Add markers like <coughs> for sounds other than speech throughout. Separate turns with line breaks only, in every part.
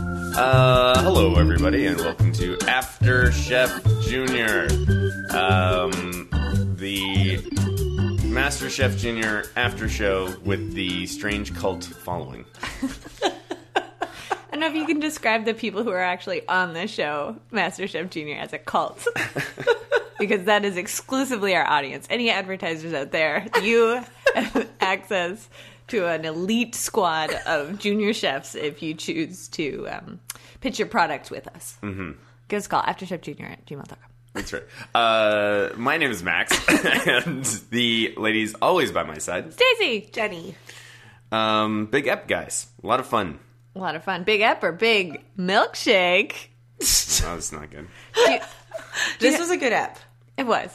Uh, hello, everybody, and welcome to After Chef Junior, um, the Master Chef Junior after show with the strange cult following.
I don't know if you can describe the people who are actually on the show, MasterChef Junior, as a cult. because that is exclusively our audience. Any advertisers out there, you have access to an elite squad of junior chefs if you choose to um, pitch your product with us. Mm-hmm. Give us a call, afterchefjunior at gmail.com.
That's right. Uh, my name is Max, <coughs> and the lady's always by my side.
Daisy!
Jenny.
Um, big up, guys. A lot of
<laughs>
fun.
A lot of fun. Big up or big milkshake.
That was Oh, not good.
This was a good app.
It was.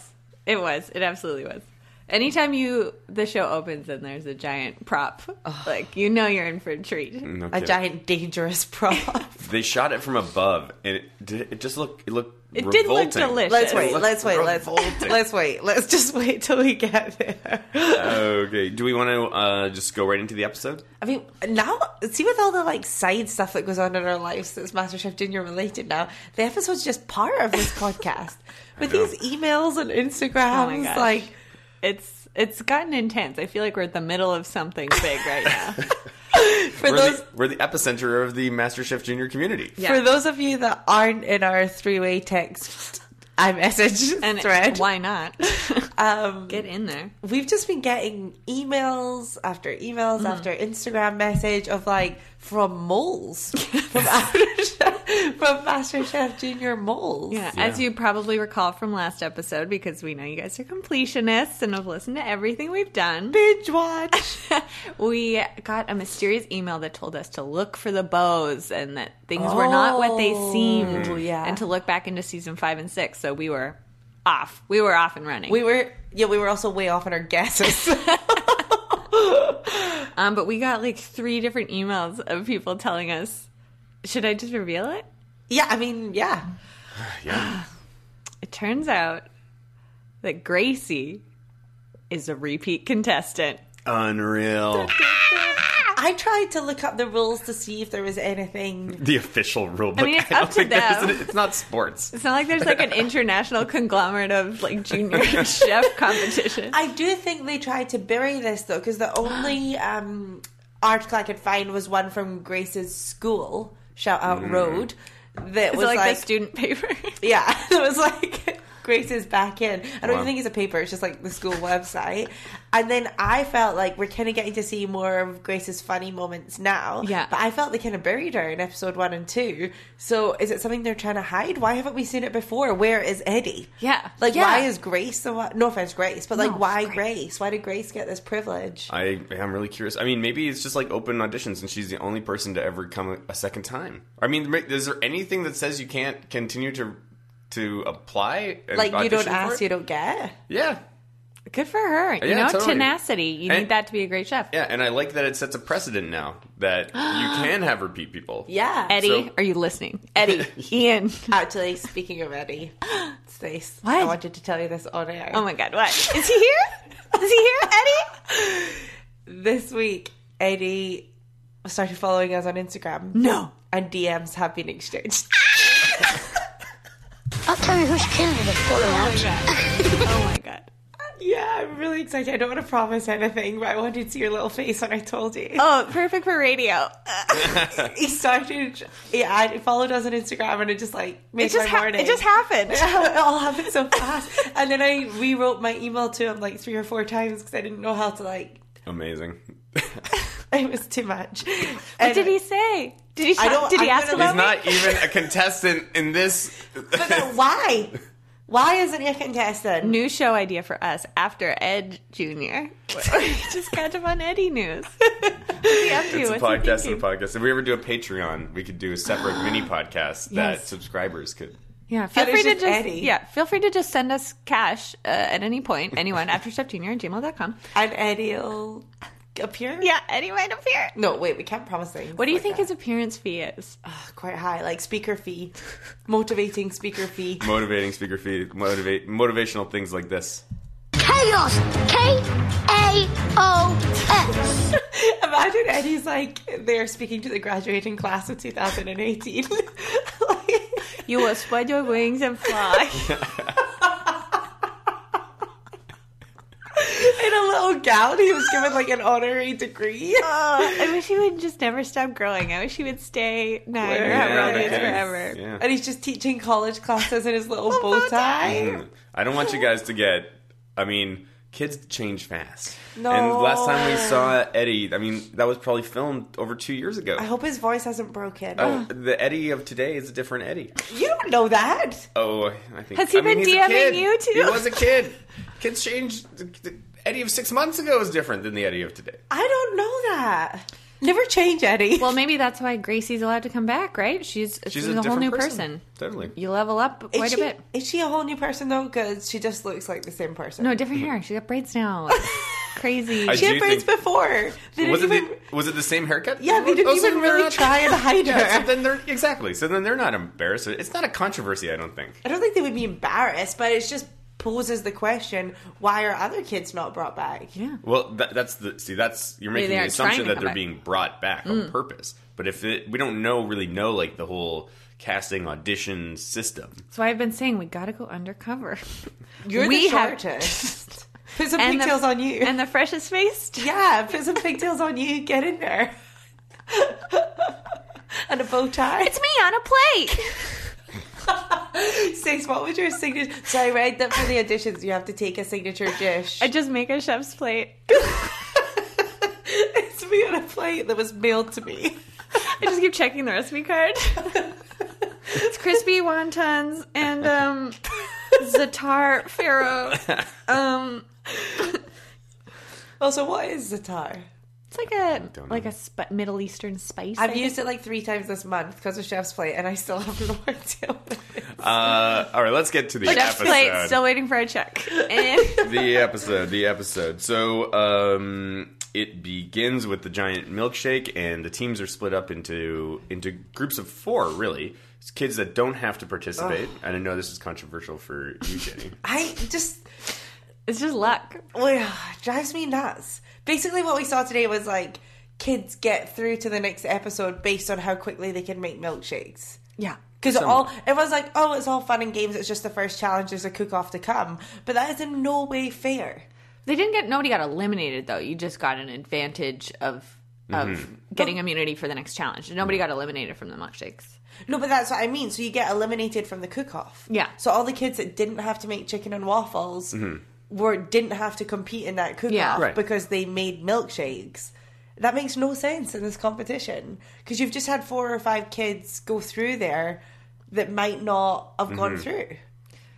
It was. It absolutely was. Anytime you the show opens and there's a giant prop, like you know you're in for a treat.
Mm-hmm. No
A
kidding.
giant dangerous <laughs> prop.
They shot it from above, and it, did- it just looked it looked.
It did look
revolting.
delicious.
let's
It
wait,
looks
let's wait, let's
revolting.
let's wait. Let's just wait till we get there.
Okay. Do we want to uh, just go right into the episode?
I mean, now see with all the like side stuff that goes on in our lives that's MasterChef Junior related now, the episode's just part of this podcast. With
know.
these emails and Instagrams,
gosh.
like
It's it's gotten intense. I feel like we're at the middle of something big right now.
for
We're,
those
the, we're the epicenter of the MasterChef Junior community.
Yeah.
for those of you that aren't in our three way text <laughs> I message
And
thread.
why not?
um,
Get in there.
we've just been getting emails after emails
Mm-hmm.
after Instagram message of like from
<laughs>
moles from from Master Chef Junior moles.
Yeah,
Yeah.
as you probably recall from last episode, because we know you guys are completionists and have listened to everything we've done.
Binge watch.
<laughs> we got a mysterious email that told us to look for the bows and that things were not what they
Oh,
seemed
yeah.
Mm. and to look back into season five and six so we were off we were off and running
We were yeah, we were also way off on our guesses. <laughs>
um, but we got like three different emails of people telling us should i just reveal it
yeah, I mean, yeah.
Yeah.
it turns out that gracie is a repeat contestant
Unreal.
<laughs> I tried to look up the rules to see if there was
Mm.
anything.
the official rule book.
mean, it's
don't
up to
think there's
them.
an- it's not sports.
it's not like there's like
<laughs>
an international conglomerate of like junior <laughs> chef competition
I do think they tried to bury this though, because the
<gasps>
only um, article I could find was one from Grace's school, shout out Road, that
Mm. is it
was
like,
like
the student
<laughs>
paper
Yeah, it was like Grace's back in. I don't
Wow.
even think it's a paper; it's just like the school website. And then I felt like we're kind of getting to see more of Grace's funny moments now.
Yeah.
but I felt they kind of buried her in episode one and two. So is it something they're trying to hide? Why haven't we seen it before? Where is Eddie?
Yeah.
like
Yeah.
why is Grace the one? No offense, Grace, but like
No,
why
Grace.
Grace. Why did Grace get this privilege?
I am really curious. I mean, maybe it's just like open auditions, and she's the only person to ever come a- a second time. I mean, ma- is there anything that says you can't continue to to apply? and
like you
audition
don't
for
ask,
it?
you don't get.
Yeah,
Good for her. You
Yeah,
know,
totally.
tenacity. You
And-
need that to be a great chef.
yeah, and I like that it sets a precedent now
<gasps>
that you can have repeat people.
Yeah,
Eddie,
So-
are you listening?
<laughs>
Eddie, Ian.
Actually, speaking of Eddie, <gasps> it's nice.
What?
I wanted to tell you this on air.
Oh my God, what? <laughs> Is he here? Is he here, Eddie?
This week, Eddie started following us on Instagram.
No.
And DMs have been exchanged.
I'll tell you who's killing the photo
Oh my God.
<laughs> yeah, I'm really excited. I don't want to promise anything, but I wanted to see your little face when I told you.
Oh, perfect for radio.
<laughs> He started, yeah, I followed us on Instagram and it just like made
It just,
my
ha-
morning.
it just <laughs> happened.
<laughs> it all happened so fast. and then I rewrote my email to him like three or four times because I didn't know how to like, <laughs>
Amazing.
it was too much.
What did he say? Did he?
I
talk-
don't-
did he
I'm
ask
gonna-
about
He's
me?
not even a contestant in this.
<laughs> But then why? Why isn't he a contestant?
New show idea for us after Ed Junior. <laughs> we just got up on Eddie <laughs> news.
It's a
It's
podcast and a podcast. If we ever do a Patreon, we could do a separate
<gasps>
mini podcast that
Yes.
subscribers could.
Yeah, feel
And
free
it's
to
just
just
Eddie.
yeah, feel free to just send us cash uh, at any point, anyone <laughs> after chefjunior at gmail.com.
And Eddie'll appear?
Yeah, Eddie might appear.
No, wait, we can't promise things.
What do you
like
think
that.
his appearance fee is?
quite high? Like speaker <laughs> fee, motivating speaker fee. <laughs>
Motivating speaker feed, motivate motivational things like this.
Chaos. K A O S.
imagine Eddie's like they're speaking to the graduating class of 2018. <laughs> like, <laughs>
You will spread your wings and fly.
in a little gown, he was given like an honorary <laughs> degree.
<laughs>
Uh,
I wish he would just never stop growing. I wish he would stay nine or
Yeah,
however old he
okay.
is forever.
Yeah.
And he's just teaching college classes in his little
Little
bow
bow
tie.
Mm. I don't want you guys to get. I mean, kids change fast.
No.
And last time we saw Eddie, I mean, that was probably filmed over two years ago.
I hope his voice hasn't broken.
Oh, the Eddie of today is a different Eddie.
You don't know that.
Oh, I think.
Has he
I mean,
been
he's a
DMing
kid.
you, too?
He was a kid. Kids change. The- the Eddie of six months ago is different than the Eddie of today.
I don't know that. Never change, Eddie.
Well, maybe that's why Gracie's allowed to come back, right? She's she's,
She's a,
a, whole
different
new person.
Totally.
You level up
is
quite
she,
a bit.
Is she a whole new person though? Because she just looks like the same person.
No, different hair. She got braids now. Crazy.
I
she
do
had braids
think-
before. They didn't
Was it,
even.
the, was it the same haircut?
yeah, they didn't
Oh, so
even
they're
really
not-
try and hide her.
<laughs> Yeah, so then they're exactly. So then they're not embarrassed. It's not a controversy, I don't think.
I don't think they would be embarrassed, but it just poses the question: Why are other kids not brought back?
yeah.
Well, that, that's the see. That's you're making
they
the
aren't
assumption
trying to
that
come
they're
back.
being brought back on purpose. But if it, we don't know, really know, like the whole casting audition system.
So I've been saying we gotta go undercover.
You're
We
the
have-
shortest.
<laughs>
put some
And the-
pigtails on you.
and the freshest faced.
<laughs> yeah, put some pigtails on you. Get in there. <laughs> and a bow tie. <laughs>
It's me on a plate.
Six. What was your signature? So I read that for the auditions, you have to take a signature dish.
I just make a chef's plate.
<laughs> it's me on a plate that was mailed to me.
I just keep checking the recipe card. it's crispy wontons and um Zatar farro. Um
Also, what is Zatar?
it's like a
don't
like
know.
a sp- Middle Eastern spice. I
I've
think.
used it like three times this month because of Chef's Plate, and I still <laughs> haven't worked out.
Uh, all right, let's get to the
Chef's
episode.
plate, still waiting for a check. And
the episode. The episode. So um, it begins with the giant milkshake, and the teams are split up into into groups of four. Really, it's kids that don't have to participate. And I know this is controversial for you,
<laughs>
Jenny.
I just
it's just luck.
ugh, drives me nuts. Basically, what we saw today was like kids get through to the next episode based on how quickly they can make milkshakes.
Yeah.
Because all it was like, oh, it's all fun and games. It's just the first challenge. There's a cook off to come, but that is in no way fair.
They didn't get nobody got eliminated though. You just got an advantage of of
Mm-hmm.
getting immunity for the next challenge. Nobody got eliminated from the milkshakes.
No, but that's what I mean. So you get eliminated from the cook-off.
Yeah.
So all the kids that didn't have to make chicken and waffles were didn't have to compete in that cook-off
Yeah.
Right.
because they made milkshakes. That makes no sense in this competition because you've just had four or five kids go through there that might not have gone through.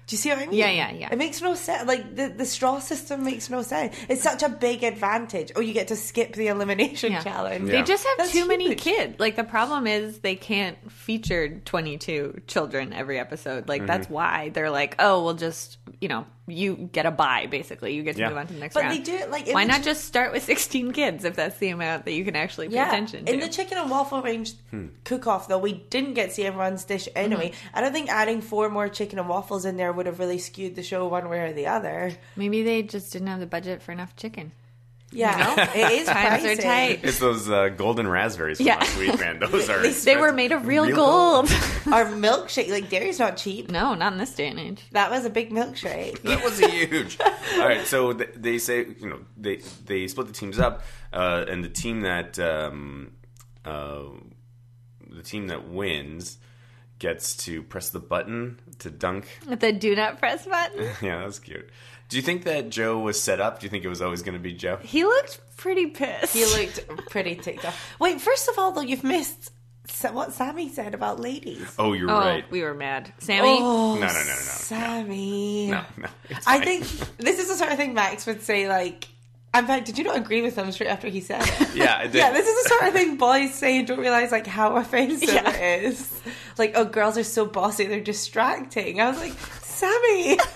Do you see what I mean?
Yeah, yeah, yeah.
It makes no sense. Like the, the straw system makes no sense. It's such a big advantage. Oh, you get to skip the elimination
Yeah.
challenge.
Yeah.
They just have
That's
too many
huge.
kids. Like the problem is they can't feature 22 children every episode. Like that's
Mm-hmm.
why they're like, oh, we'll just you know you get a buy basically. You get to
Yeah.
move on to the next
But
round.
they do it like it
why
would
not just start with 16 kids if that's the amount that you can actually pay attention to?
In the chicken and waffle range
Hmm.
cook off, though, we didn't get to see everyone's dish
Mm-hmm.
anyway. I don't think adding four more chicken and waffles in there would have really skewed the show one way or the other.
Maybe they just didn't have the budget for enough chicken.
Yeah, it
<laughs>
is
Times are
pricey.
tight.
It's those uh, golden raspberries from
Yeah.
last week, man. Those are
<laughs> They were
expensive.
made of real,
Real
gold. <laughs>
Our milkshake, like dairy's not cheap.
no, not in this day and age.
That was a big
<laughs>
milkshake.
That was huge. All right, so th- they say you know they they split the teams up, uh, and the team that um, uh, the team that wins gets to press the button to
<laughs>
dunk. <laughs>
With the do not press button.
Yeah, that's cute. Do you think that Joe was set up? Do you think it was always going to be Joe?
He looked pretty pissed.
You looked pretty ticked off. Wait, first of all, though, you've missed sa- what Sammy said about ladies.
Oh, you're
Oh,
right.
we were mad. Sammy.
Oh, No, no, no, no, no,
Sammy.
no,
<laughs>
no. it's
I
fine.
think this is the sort of thing Max would say, like, in fact, did you not agree with him straight after he said
<laughs>
it?
Yeah, I did.
Yeah, this is the sort of thing boys say and don't realize like how offensive
Yeah.
it is. Like, oh, girls are so bossy, they're distracting. I was like, Sammy, <laughs>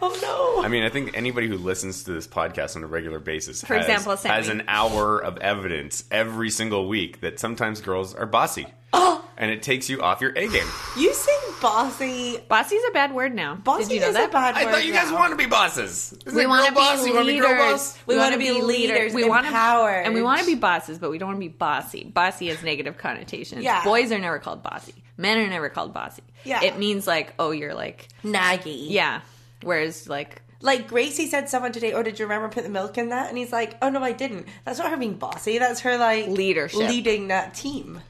oh no.
I mean, I think anybody who listens to this podcast on a regular basis,
For
has,
example, Sammy.
has an hour of evidence every
<gasps> Oh.
single week that sometimes girls are bossy, and it takes you off your A game.
You say bossy.
Bossy's a bad word now.
Bossy
Did you know
is
that?
a bad
I
word
thought you guys
now.
want to be bosses. Isn't
we
it
want
girl
to
boss?
be
You wanna
leaders.
be girl boss?
We wanna
wanna
be leaders,
We wanna-
empowered.
and we want to be bosses, but we don't want to be bossy. Bossy has negative connotations.
Yeah.
boys are never called bossy. Men are never called bossy.
Yeah.
it means like, oh, you're like,
naggy.
yeah. Whereas like,
Like Gracie said someone today, oh, did you remember put the milk in that? And he's like, oh, no, I didn't. That's not her being bossy. That's her, like,
Leadership.
Leading that team.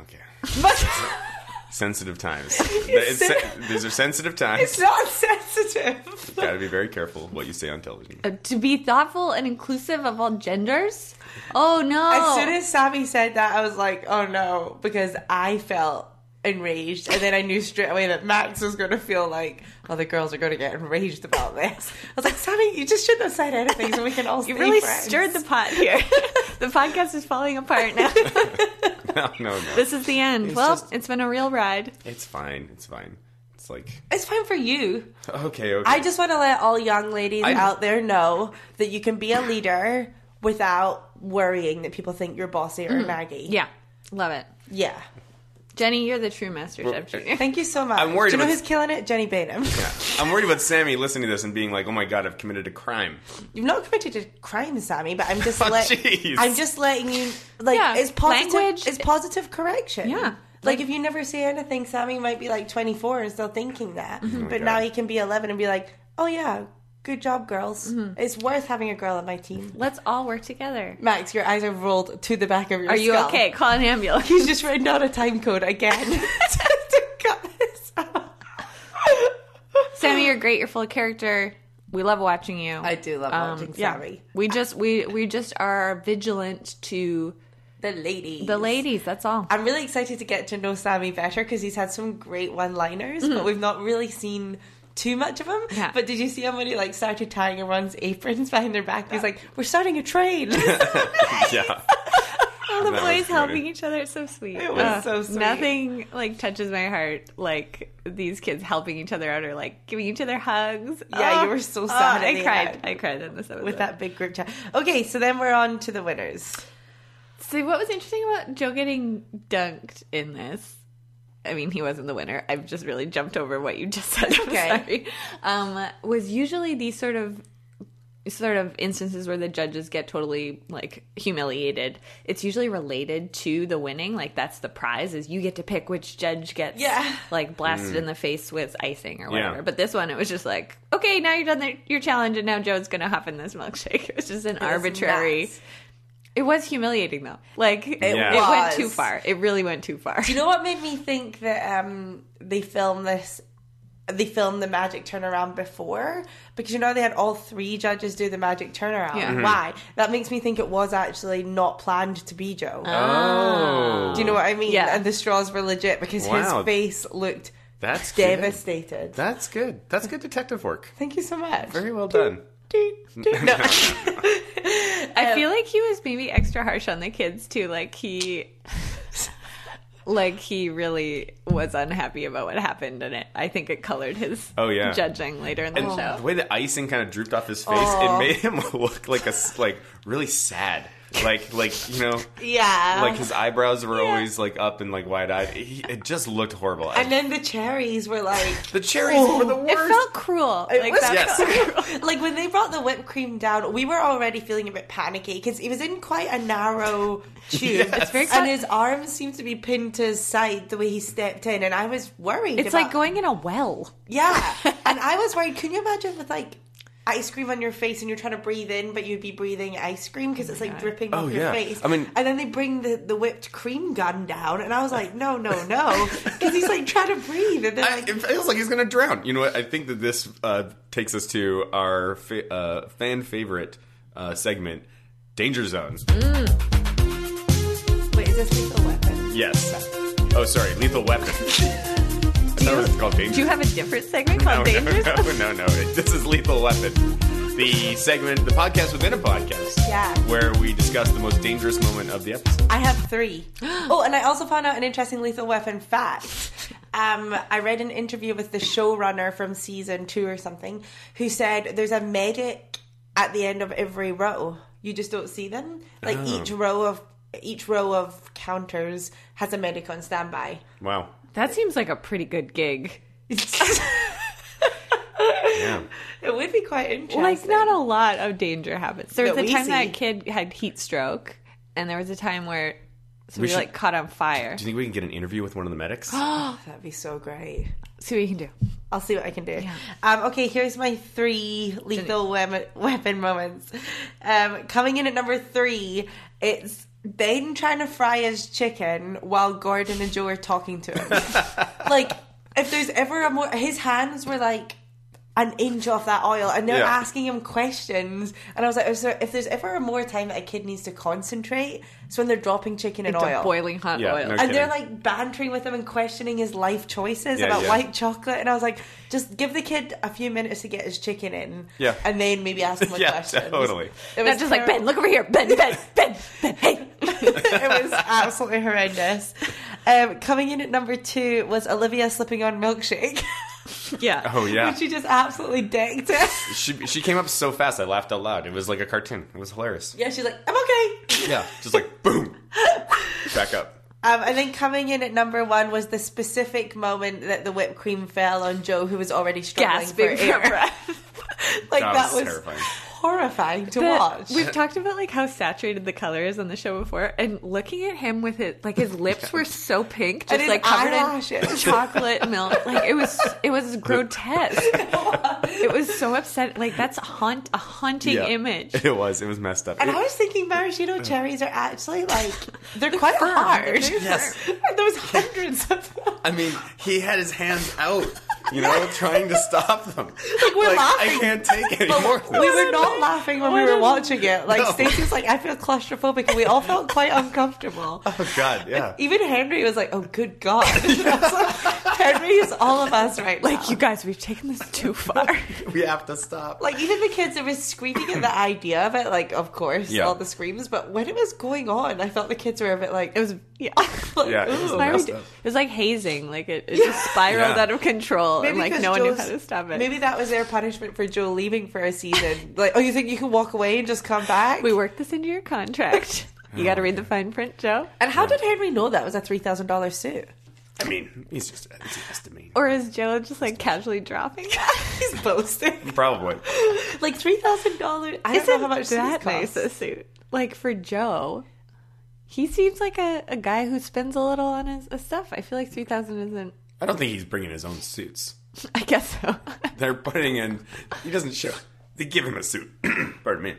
Okay.
But
<laughs> Sensitive
<laughs>
times. It's sen- These are sensitive
it's
times.
not <laughs> sensitive.
Got to be very careful what you say on television. <laughs>
uh, to be thoughtful and inclusive of all genders. Oh no!
As soon as Sammy said that, I was like, oh, no, because I felt enraged. And then I knew straight away that Max was going to feel like, oh, the girls are going to get enraged about this. <laughs> I was like, Sammy, you just shouldn't have said anything so we can all
you
stay
really
friends."
stirred the pot
<laughs>
here. the podcast is falling apart now.
No, no, no.
this is the end.
It's
well,
just-
it's been a real ride.
It's fine. It's fine. It's like
It's fine for you.
okay, okay.
I just want to let all young ladies
I-
out there know that you can be a leader without worrying that people think you're bossy or Maggie.
Yeah, love it.
Yeah.
Jenny, you're the true master chef junior.
Thank you so much.
I'm worried
Do you know
about-
who's killing it? Jenny Bainham.
Yeah. I'm worried about Sammy listening to this and being like, "Oh my god, I've committed a
<laughs>
crime." <laughs>
You've not committed a crime, Sammy, but I'm just
Oh,
let,
jeez.
I'm just letting you like
Yeah,
it's positive
language-
it's positive correction.
Yeah.
Like, if you never say anything, Sammy might be like 24 and still thinking that. but
Mm-hmm. Oh God.
now he can be 11 and be like, "Oh yeah, good job, girls.
Mm-hmm.
It's worth having a girl on my team."
Let's all work together.
Max, your eyes are rolled to the back of your
Are you
skull.
okay? Call an ambulance.
He's <laughs> just written out a time code again <laughs> to cut this out.
<laughs> Sammy, you're great. You're full of character. We love watching you.
I do love
Um,
watching
yeah.
Sammy.
We just we we just are vigilant to
The lady.
the ladies. That's all.
I'm really excited to get to know Sammy better because he's had some great one-liners, but we've not really seen too much of him.
Mm-hmm. Yeah.
But did you see him when he like started tying everyone's aprons <laughs> behind their back? He's like, "We're starting a train."
<laughs>
Yeah.
All the
That was
boys
funny.
helping each other. It's so sweet. It
was so sweet.
Nothing like touches my heart like these kids helping each other out or like giving each other hugs.
<laughs> Yeah,
Oh,
you were so
oh,
sad at
I
the
cried.
end.
I cried in this episode.
With that big group chat. Okay, so then we're on to the winners.
See, what was interesting about Joe getting dunked in this? I mean, he wasn't the winner. I've just really jumped over what you just <laughs> said. I'm
Okay.
sorry. Um, was usually these sort of sort of instances where the judges get totally like humiliated. It's usually related to the winning. Like that's the prize is you get to pick which judge gets
Yeah.
like blasted in the face with icing or
Yeah.
whatever. But this one, it was just like, okay, now you're done the, your challenge, and now Joe's gonna huff in this milkshake. <laughs> It was just an arbitrary.
nuts.
It was humiliating though. Like it,
Yeah.
it went
was.
too far. It really went too
<laughs>
far.
You know what made me think that um, they filmed this? They filmed the magic turnaround before because you know they had all three judges do the magic turnaround.
Mm-hmm.
Yeah.
Why? That makes me think it was actually not planned to be Joe.
Oh.
Do you know what I mean?
Yeah.
And the straws were legit because
Wow.
his face looked
That's good.
devastated.
That's good. That's good detective work.
Thank you so much.
Very well done.
No. Um,
I feel like he was maybe extra harsh on the kids too. Like he, like he really was unhappy about what happened, and it. I think it colored his
Oh, yeah.
judging later in the
And the
show.
way the icing kind of drooped off his face, it made him <laughs> look like a s- like really sad. Like like you know,
yeah.
like his eyebrows were always like up and like wide eyed. It just looked horrible.
and then the cherries were like
the cherries were the
It
worst.
felt cruel.
It
like
was
that
Yes.
felt
<laughs>
cruel.
like when they brought the whipped cream down, we were already feeling a bit panicky because it was in quite a narrow
<laughs>
tube,
Yes. It's
very
and
cut-
his arms seemed to be pinned to his side the way he stepped in, and I was worried.
It's
about-
like going in a well. <laughs>
yeah, and I was worried. Can you imagine with like ice cream on your face and you're trying to breathe in, but you'd be breathing ice cream because it's like dripping
Oh,
off your
yeah.
face.
I mean-
and then they bring the the whipped cream gun down, and I was like, no, no,
<laughs>
no, because he's like trying to breathe, and then
I,
like.
it feels like he's gonna drown. You know what? I think that this uh, takes us to our fa- uh, fan favorite uh, segment, Danger Zone.
Mm.
Wait, is this lethal weapon?
Yes. Oh, sorry, Lethal Weapon. <laughs> I thought it was called Danger.
Do you have a different segment called
no,
Danger?
no,
Zone?
no, <laughs> no, no. It- This is Lethal Weapon. The segment, the podcast within a podcast,
Yeah.
where we discuss the most dangerous moment of the episode.
I have three. <gasps> oh, and I also found out an interesting lethal weapon fact. Um, I read an interview with the showrunner from season two or something who said there's a medic at the end of every row. You just don't see them. Like
Oh.
each row of each row of counters has a medic on standby. <gasps>
Wow.
That seems like a pretty good gig.
Yeah.
It would be quite interesting.
like not a lot of danger happens. There was
That
a
we
time
see.
that kid had heat stroke, and there was a time where somebody
should-
like caught on fire.
Do you think we can get an interview with one of the medics?
Oh, That'd be so great.
See what you can do.
I'll see what I can do. Um, okay, here's my three lethal wem- weapon moments. Um, coming in at number three, it's Ben trying to fry his chicken while Gordon and Joe are talking to him. like, if there's ever a more, his hands were like an inch off that oil, and they're
Yeah.
asking him questions. And I was like, is there, if there's ever a more time that a kid needs to concentrate, it's when they're dropping chicken in
It's
oil.
a boiling hot
Yeah,
oil.
no
And they're
kidding.
like bantering with him and questioning his life choices
Yeah,
about
yeah.
white chocolate. And I was like, just give the kid a few minutes to get his chicken in.
Yeah.
And then maybe
<laughs>
ask him a
yeah,
question.
totally.
It
Not just like Ben,
terrible.
look over here, Ben, Ben, Ben, Ben.
<laughs>
Hey,
it was absolutely horrendous. Um, coming in at number two was Olivia slipping on milkshake. <laughs>
yeah.
Oh yeah.
she just absolutely
<laughs>
decked it.
<gasps> She she came up so fast I laughed out loud. It was like a cartoon. It was hilarious.
Yeah, she's like, I'm okay.
Yeah. Just like <laughs> boom. Back up.
Um, and then coming in at number one was the specific moment that the whipped cream fell on Joe, who was already struggling
Gasping
for
for
air. <laughs> like
That
that,
was
was,
terrifying.
horrifying to
The-
watch.
We've talked about like how saturated the color is on the show before, and looking at him with it, like his lips were so pink, just
And his
like covered in <laughs>
eyelashes.
chocolate milk. Like it was, it was grotesque. it was so upset. Like that's haunt a haunting
Yeah.
image.
It was. It was messed up.
And
It-
I was thinking maraschino cherries are actually like
<laughs>
they're, quite
firm.
hard.
They're very
Yes.
And there was hundreds of them.
I mean, he had his hands out, you
<laughs>
know, trying to stop them. Like
we're
I
laughing.
can't take any more of
We
this.
were not laughing when we
Why
were
did-
watching it. Like
No.
Stacey was like, I feel claustrophobic and we all felt
<laughs>
quite uncomfortable.
<laughs> Oh God, yeah.
Even Henry was like, Oh good God. <laughs> Henry is all of us right now.
Like you guys, we've taken this
<laughs>
too far.
We have to stop.
like even the kids that were screaming at the idea of it, like of course,
Yeah.
all the screams, but when it was going on, I felt the kids were a bit like
It was yeah.
<laughs> like,
Yeah, it was
<laughs>
"Ooh."
Why are we
messed
do-
up.
it was like hazing. Like it, it just spiraled
Yeah.
out of control, and like
'cause
no one knew
Joe's-
how to stop it.
Maybe that was their punishment for Joe leaving for a season. like, oh, you think you can walk away and just come back?
we worked this into
<laughs>
your contract. You
Oh,
got to read the fine print, Joe.
and how did Henry know that was a three thousand dollar suit? <laughs>
I mean, he's just it's an estimate.
Or is Joe just like casually dropping?
He's boasting.
Probably.
Like three thousand dollars. I don't
Isn't
know how much
that
that
nice
costs.
a suit? Like for Joe, he seems like a, a guy who spends a little on his, his stuff. I feel like three thousand isn't. <laughs>
I don't think he's bringing his own suits.
I guess so. <laughs>
They're putting in. He doesn't show. They give him a suit. <clears throat> Pardon me.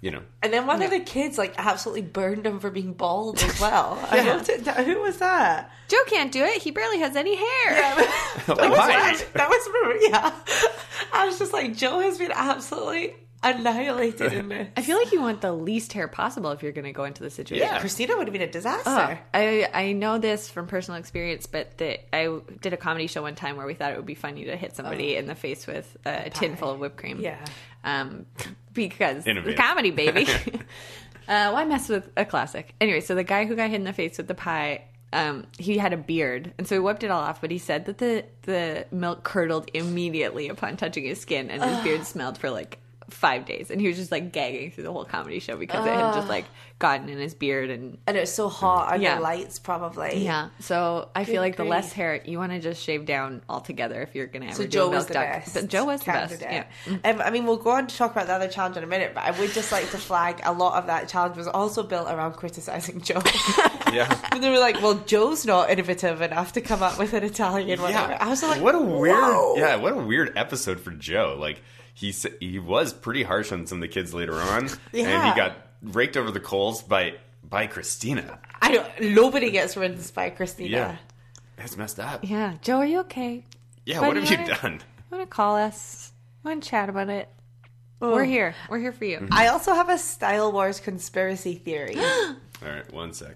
You know.
And then one of the kids like absolutely burned him for being bald as well. I wrote it down. Who was that?
Joe can't do it. He barely has any hair.
Like, hi.
That, that was Maria. I was just like, Joe has been absolutely annihilated in this.
I feel like you want the least hair possible if you're going to go into the situation.
Yeah.
Christina would have been a disaster.
Oh, I I know this from personal experience, but the, I did a comedy show one time where we thought it would be funny to hit somebody in the face with a, tin full of whipped cream.
Yeah.
um, <laughs> because
Innovative.
comedy, baby. <laughs> uh, why mess with a classic? Anyway, so the guy who got hit in the face with the pie. Um, he had a beard, and so he wiped it all off. But he said that the the milk curdled immediately upon touching his skin, and his beard smelled for like five days. And he was just like gagging through the whole comedy show because it had just like gotten in his beard and
And it was so hot under
Yeah.
lights, probably.
yeah. So I
Good
feel like the
grief.
less hair you want to just shave down altogether if you're gonna ever
So
do
Joe
a
was
milk
the
duck.
best.
But Joe was the best.
candidate.
Yeah. Mm.
Um, I mean, we'll go on to talk about the other challenge in a minute, but I would just like to flag a lot of that challenge was also built around
<laughs>
criticizing Joe.
Yeah.
and they were like, "Well, Joe's not innovative enough to come up with an Italian one."
Yeah.
I was like,
what a weird.
"Whoa."
Yeah. What a weird episode for Joe. Like he s- he was pretty harsh on some of the kids later on, and
Yeah.
he got raked over the coals by by Christina.
I don't. Nobody gets rinsed by Christina.
Yeah. That's messed up. Yeah.
Yeah. Joe, are you okay?
what
But
have
you
you
wanna-
done?
You wanna call us? You wanna chat about it?
Oh.
We're here. We're here for you.
Mm-hmm.
I also have a Style Wars conspiracy
<gasps>
theory.
All right, one sec.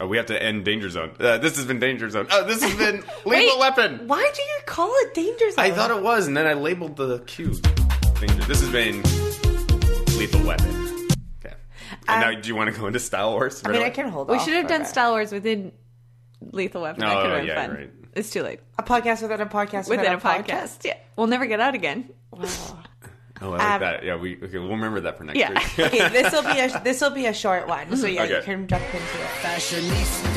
Oh, we have to end Danger Zone. Uh, this has been Danger Zone. Oh, this has been Lethal
Wait.
Weapon.
Why do you call it danger zone?
I thought it was, and then I labeled the cube. Danger. This has been Lethal Weapon. Okay. And now, do you want to go into Style Wars?
Uh, I mean, I can hold.
We
off
should have
for a
done
bit.
Star Wars within Lethal Weapon. that
Oh,
could have been
yeah,
fun.
you're right.
It's too late.
a podcast within a podcast
Within a podcast. Yeah. We'll never get out again.
Oh, I like
Um,
that. Yeah, we okay. We'll remember that for next
Yeah.
week. <laughs>
okay, this will be a this will be a short one. So yeah, you
Okay.
can jump into it.
fashionistas.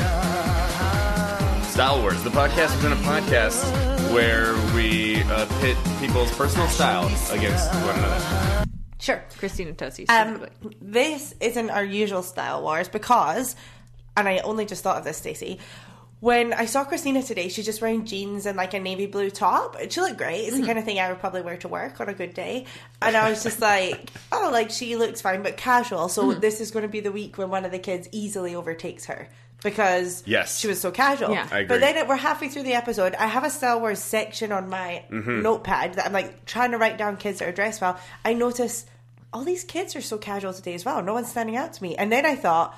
Style Wars, the podcast within a podcast where we uh, pit people's personal styles against one another.
Sure.
Christina Tosi.
Um,
specifically.
this isn't our usual style wars because, and I only just thought of this, Stacey. When I saw Christina today, she's just wearing jeans and like a navy blue top. She looked great. It's the kind of thing I would probably wear to work on a good day. And I was just like, oh, like she looks fine, but casual. So this is going to be the week when one of the kids easily overtakes her because
Yes.
she was so casual.
Yeah.
I agree.
But then it, we're halfway through the episode. I have a Star Wars section on my
Mm-hmm.
notepad that I'm like trying to write down kids that are dressed well. I notice all these kids are so casual today as well. No one's standing out to me. And then I thought,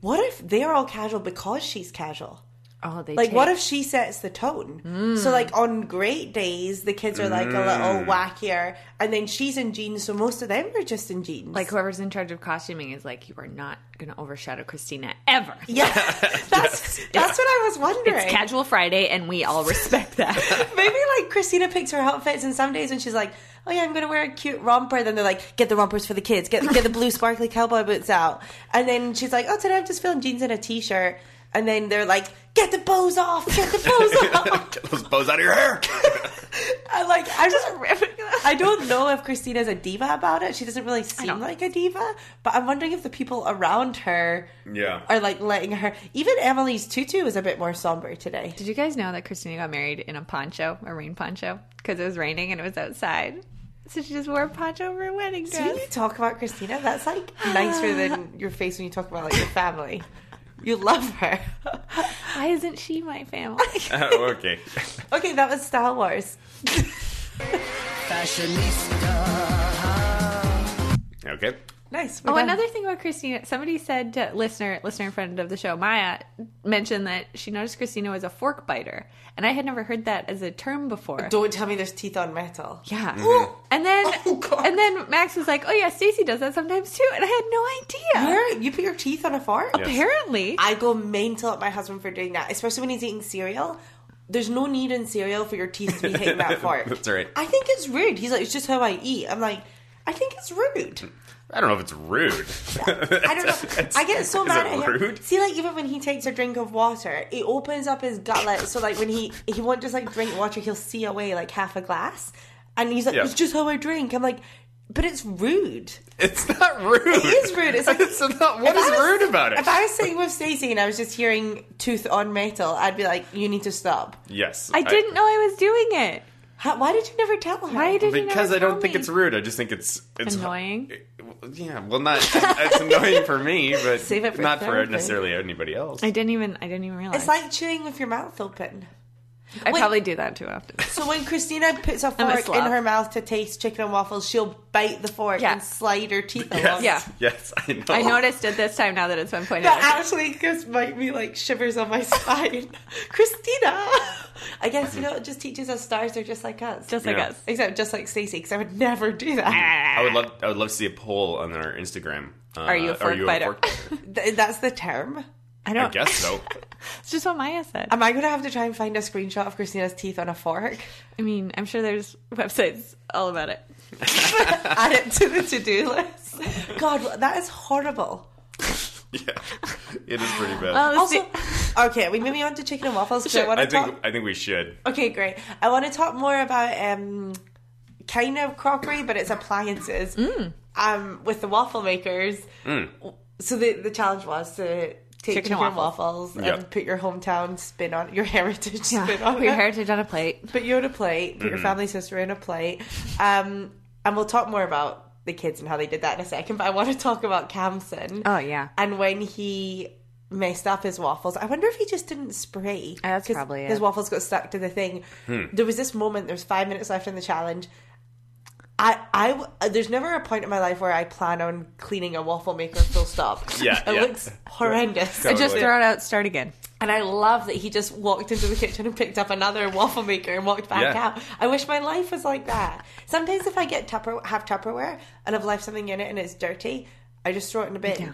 what if they're all casual because she's casual?
oh, they
Like,
take-
what if she sets the tone?
Mm.
So, like, on great days, the kids are like a little wackier, and then she's in jeans, so most of them are just in jeans.
like whoever's in charge of costuming is like, you are not going to overshadow Christina ever.
yeah, <laughs> that's
<laughs>
<laughs>
that's what I was wondering.
It's Casual Friday, and we all
<laughs>
respect that.
Maybe like Christina picks her outfits, and some days when she's like, "Oh yeah, I'm gonna wear a cute romper," then they're like, "Get the rompers for the kids. Get get the blue sparkly cowboy boots out." And then she's like, "Oh, today I'm just feeling jeans and a t-shirt." And then they're like, "Get the bows off. Get the bows off."
Get those bows out of your hair. <laughs>
I like. I just. I don't know if Christina's a diva about it. She doesn't really seem
don't-
like a diva, but I'm wondering if the people around her
yeah. <laughs>
are like letting her. Even Emily's tutu is a bit more somber today. <laughs>
Did you guys know that Christina got married in a poncho, a rain poncho, because it was raining and it was outside? So she just wore a poncho over her wedding
See, when
dress.
you talk about Christina,
<sighs>
that's like nicer than your face when you talk about like your family. You love her. <laughs>
Why isn't she my family?
Oh, okay.
okay, that was Star Wars.
Okay.
Nice. we're
oh,
done.
another thing about Christina. Somebody said to listener, listener friend of the show, Maya, mentioned that she noticed Christina was a fork biter, and I had never heard that as a term before.
Don't tell me there's teeth on metal.
<gasps>
yeah. And then,
Oh, God.
and then Max was like, "Oh yeah, Stacy does that sometimes too," and I had no idea.
Where you put your teeth on a fart?
Apparently,
I go mental at my husband for doing that, especially when he's eating cereal. There's no need in cereal for your teeth to be
<laughs>
hitting that fart.
That's right.
I think it's rude. He's like, it's just how I eat. I'm like, I think it's rude.
I don't know if it's rude.
I
<laughs>
don't know. I get so
Is
mad
it
at him.
rude?
See, like even when he takes a drink of water, it opens up his gullet. So like when he he won't just like drink water, he'll see away like half a glass, and he's like,
Yeah.
it's just how I drink. I'm like, but it's rude.
It's not rude.
It is
<laughs>
rude. It's like
It's not, what
if
is
I was-
rude about it?
If I was sitting with Stacey and I was just hearing tooth on metal, I'd be like, you need to stop.
yes.
I didn't know I was doing it.
How, why did you never tell her?
Why did you
because
never
I don't
tell
think
me?
it's rude. I just think it's it's
Annoying?
yeah, well, not it's annoying for me, but
Save it for
not for
therapy.
necessarily anybody else.
I didn't even. I didn't even realize.
It's like chewing with your mouth open.
I
wait.
probably do that too often.
So when Christina puts a
a
fork in
slob.
her mouth to taste chicken and waffles, she'll bite the fork
Yeah.
and slide her teeth
<laughs> Yes,
along.
Yeah.
yes, I know.
I noticed at this time now that it's been pointed
That
out.
actually gives might me like shivers on my <laughs> spine. Christina, I guess you know it just teaches us stars are just like us,
Just like
Yeah.
us.
except just like Stacey, because I would never do that.
<laughs>
I would love I would love to see a poll on our Instagram. Uh,
Are you a fork biter?
Th- that's the term.
I
I
<laughs> don't.
guess so. <laughs>
It's just what Maya said.
Am I going to have to try and find a screenshot of Christina's teeth on a fork? <laughs>
I mean, I'm sure there's websites all about it.
Add it to the to-do list. God, that is horrible.
yeah, it is pretty bad.
Oh,
Also,
<laughs>
okay, we moving on to chicken and waffles. 'cause I want
I
to
think
talk.
I think we should.
Okay, great. I want to talk more about um, kind of crockery, but it's appliances.
Mm.
Um, with the waffle makers. So the the challenge was to take
Chicken and
chicken, and
waffles.
waffles and
Yep.
put your hometown spin on your <laughs> heritage spin on
put your
it.
heritage on a plate.
Put you on a plate. Put your family's history on a plate. Um, and we'll talk more about the kids and how they did that in a second. But I want to talk about Camson.
Oh, yeah.
And when he messed up his waffles, I wonder if he just didn't spray.
Uh, that's
'Cause
probably it.
his waffles got stuck to the thing.
Hmm.
There was this moment. There's five minutes left in the challenge. I, I w- there's never a point in my life where I plan on cleaning a waffle maker full stop.
<laughs> Yeah,
it
yeah.
looks horrendous.
Totally.
Just throw it out, start again.
And I love that he just walked into the kitchen and picked up another waffle maker and walked back
Yeah.
out. I wish my life was like that. Sometimes if I get Tupper have Tupperware and I've left something in it and it's dirty, I just throw it in a bin.
Yeah.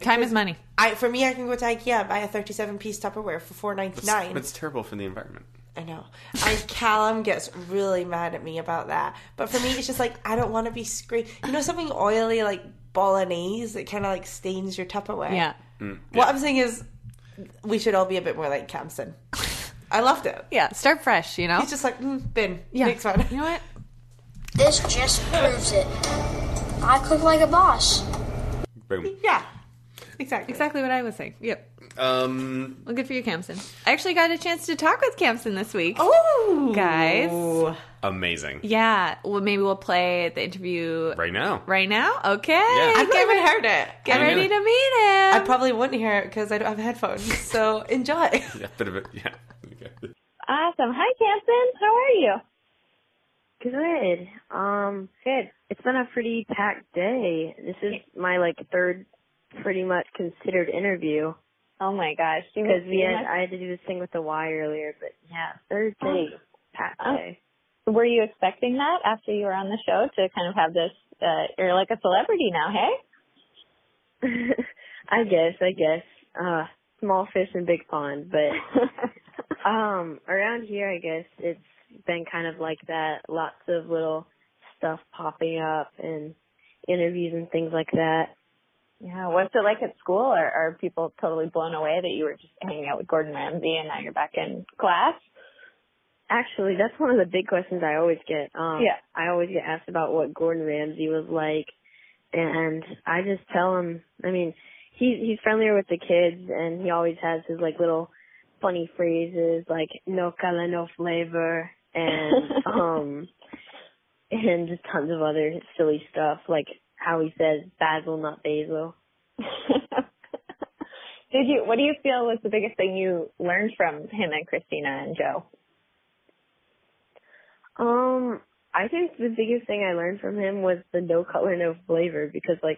Time is money.
I for me I can go to IKEA and buy a thirty seven piece Tupperware for four ninety
It's,
nine.
it's terrible for the environment.
I know. And Callum gets really mad at me about that. But for me it's just like I don't want to be scree you know something oily like bolognese that kinda like stains your Tupperware.
Yeah.
What I'm saying is we should all be a bit more like Camson. I loved it.
Yeah, start fresh, you know?
He's just like, mm, bin.
yeah.
Next one.
You know what?
This just proves it. I cook like a boss.
Boom.
Yeah. Exactly.
Exactly what I was saying. Yep.
Um,
Well, good for you, Camson. I actually got a chance to talk with Camson this week.
Oh,
Guys.
amazing.
Yeah. Well, maybe we'll play the interview right,
Right now.
now. Okay.
I've
I've
Get,
not
re-
even heard it.
get
I'm
ready
gonna-
to meet
I
him.
probably wouldn't hear it because I don't have headphones. So enjoy. <laughs>
Yeah, bit of a, yeah. Okay.
Awesome. Hi, Camson. How are you?
Good. Um, good. It's been a pretty packed day. This is my like third, pretty much considered interview
Oh my gosh. You
because
must
we
be
had
much-
I had to do this thing with the Y earlier, but yeah, third day packed
Oh.
day.
were you expecting that after you were on the show to kind of have this? Uh, you're like a celebrity now, hey?
<laughs> I guess. I guess. Uh, small fish in big pond, but
<laughs>
um, around here, I guess it's been kind of like that. Lots of little stuff popping up and interviews and things like that.
yeah. What's it like at school? Or are people totally blown away that you were just hanging out with Gordon Ramsay and now you're back in class?
Actually, that's one of the big questions I always get. Um,
Yeah.
I always get asked about what Gordon Ramsay was like, and I just tell him. I mean, he's he's friendlier with the kids, and he always has his like little funny phrases like "no color, no flavor," and um, and just tons of other silly stuff like how he says "basil, not basil."
Did you? What do you feel was the biggest thing you learned from him and Christina and Joe?
Um, I think the biggest thing I learned from him was the no color, no flavor because like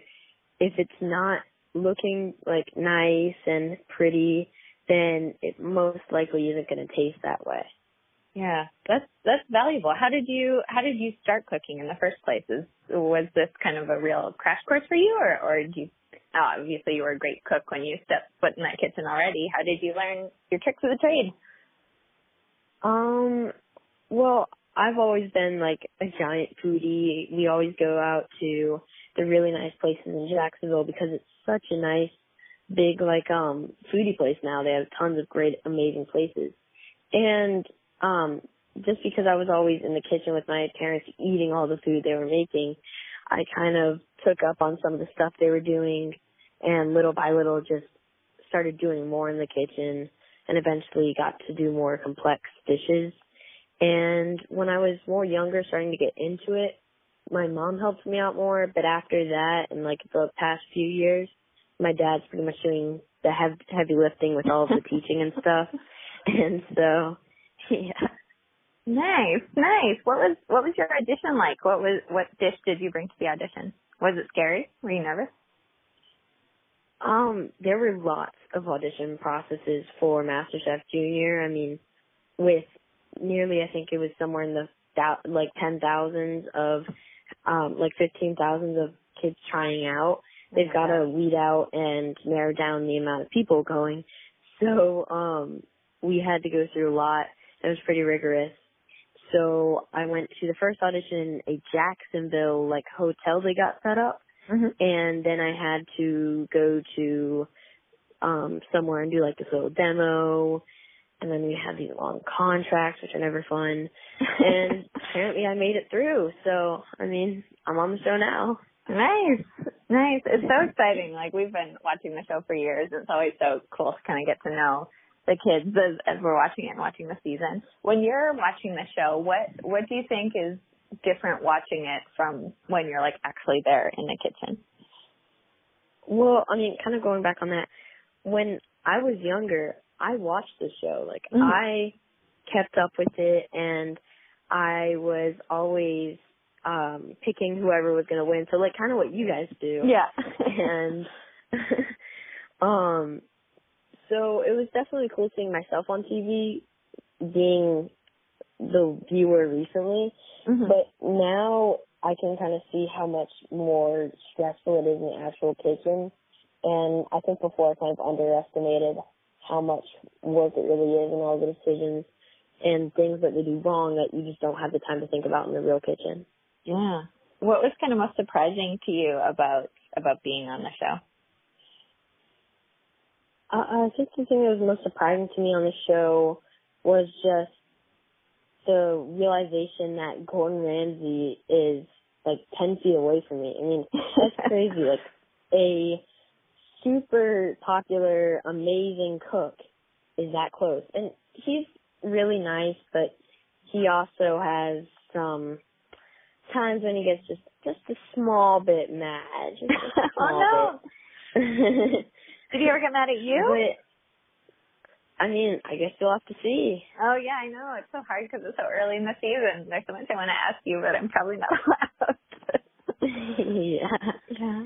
if it's not looking like nice and pretty, then it most likely isn't going to taste that way.
Yeah, that's that's valuable. How did you how did you start cooking in the first place? Is, was this kind of a real crash course for you, or or did you? oh, obviously, you were a great cook when you stepped foot in that kitchen already. How did you learn your tricks of the trade?
Um, well, I've always been like a giant foodie. We always go out to the really nice places in Jacksonville because it's such a nice, big like um foodie place now. They have tons of great, amazing places, and um just because I was always in the kitchen with my parents eating all the food they were making, I kind of took up on some of the stuff they were doing, and little by little just started doing more in the kitchen and eventually got to do more complex dishes. And when I was more younger, starting to get into it, my mom helped me out more. But after that, and like the past few years, my dad's pretty much doing the hev- heavy lifting with all of the teaching and stuff. And so, <laughs> yeah.
Nice, nice. What was what was your audition like? What was what dish did you bring to the audition? Was it scary? Were you nervous?
Um, there were lots of audition processes for MasterChef Junior. I mean, with nearly, I think it was somewhere in the thou- like ten thousands of, um, like fifteen thousands of kids trying out. They've got to weed out and narrow down the amount of people going. So, um, we had to go through a lot. It was pretty rigorous. So I went to the first audition, a Jacksonville like hotel they got set up and then I had to go to um somewhere and do like this little demo and then we had these long contracts which are never fun
<laughs>
and apparently I made it through so I mean I'm on the show now
Nice, nice. It's <laughs> so exciting. Like we've been watching the show for years. It's always so cool to kind of get to know the kids as, as we're watching it and watching the season. When you're watching the show, what what do you think is different watching it from when you're like actually there in the kitchen?
well I mean kind of going back on that when I was younger I watched the show like
Mhm.
I kept up with it and I was always um picking whoever was going to win so like kind of what you guys do
Yeah. <laughs>
and <laughs> um so it was definitely cool seeing myself on TV being the viewer recently but now I can kind of see how much more stressful it is in the actual kitchen and I think before I kind of underestimated how much work it really is and all the decisions and things that they do wrong that you just don't have the time to think about in the real kitchen
yeah. What was kind of most surprising to you about about being on the show?
Uh, I think the thing that was most surprising to me on the show was just the realization that Gordon Ramsay is like ten feet away from me. I mean, that's
<laughs>
crazy. Like a super popular, amazing cook is that close, and he's really nice, but he also has some times when he gets just just a small bit mad. Just
<laughs>
a small
<laughs> oh no!
bit. <laughs>
Did he ever get mad at you?
But, I mean, I guess you'll have to see. <laughs>
Oh yeah, I know. It's so hard because it's so early in the season. There's so much I want to ask you, but I'm probably not <laughs> allowed.
yeah.
yeah.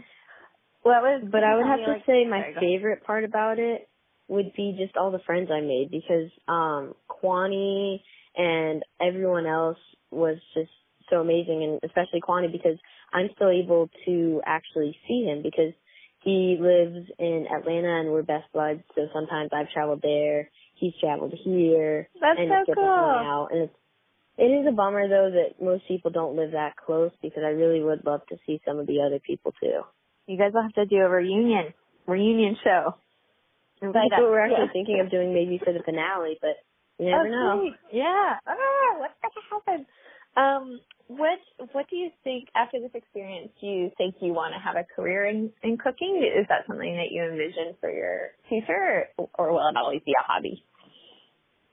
What was?
But I would
tell
have
me,
to
like-
say my
sorry, go ahead.
favorite part about it would be just all the friends I made because um Kwani and everyone else was just so amazing and especially Kwani because I'm still able to actually see him because he lives in Atlanta and we're best buds so sometimes I've traveled there, he's traveled here
That's
and
so
it's different
cool.
from now and it's it is a bummer though that most people don't live that close because I really would love to see some of the other people too.
You guys will have to do a reunion reunion show. Invite
That's
us.
what we're actually
uh, Yeah.
thinking of doing maybe for the finale, but you
Oh,
never know.
sweet. Yeah. Oh, what's going to happen? Um, what What do you think after this experience? Do you think you want to have a career in in cooking? Is that something that you envision for your future, or, or will it always be a hobby?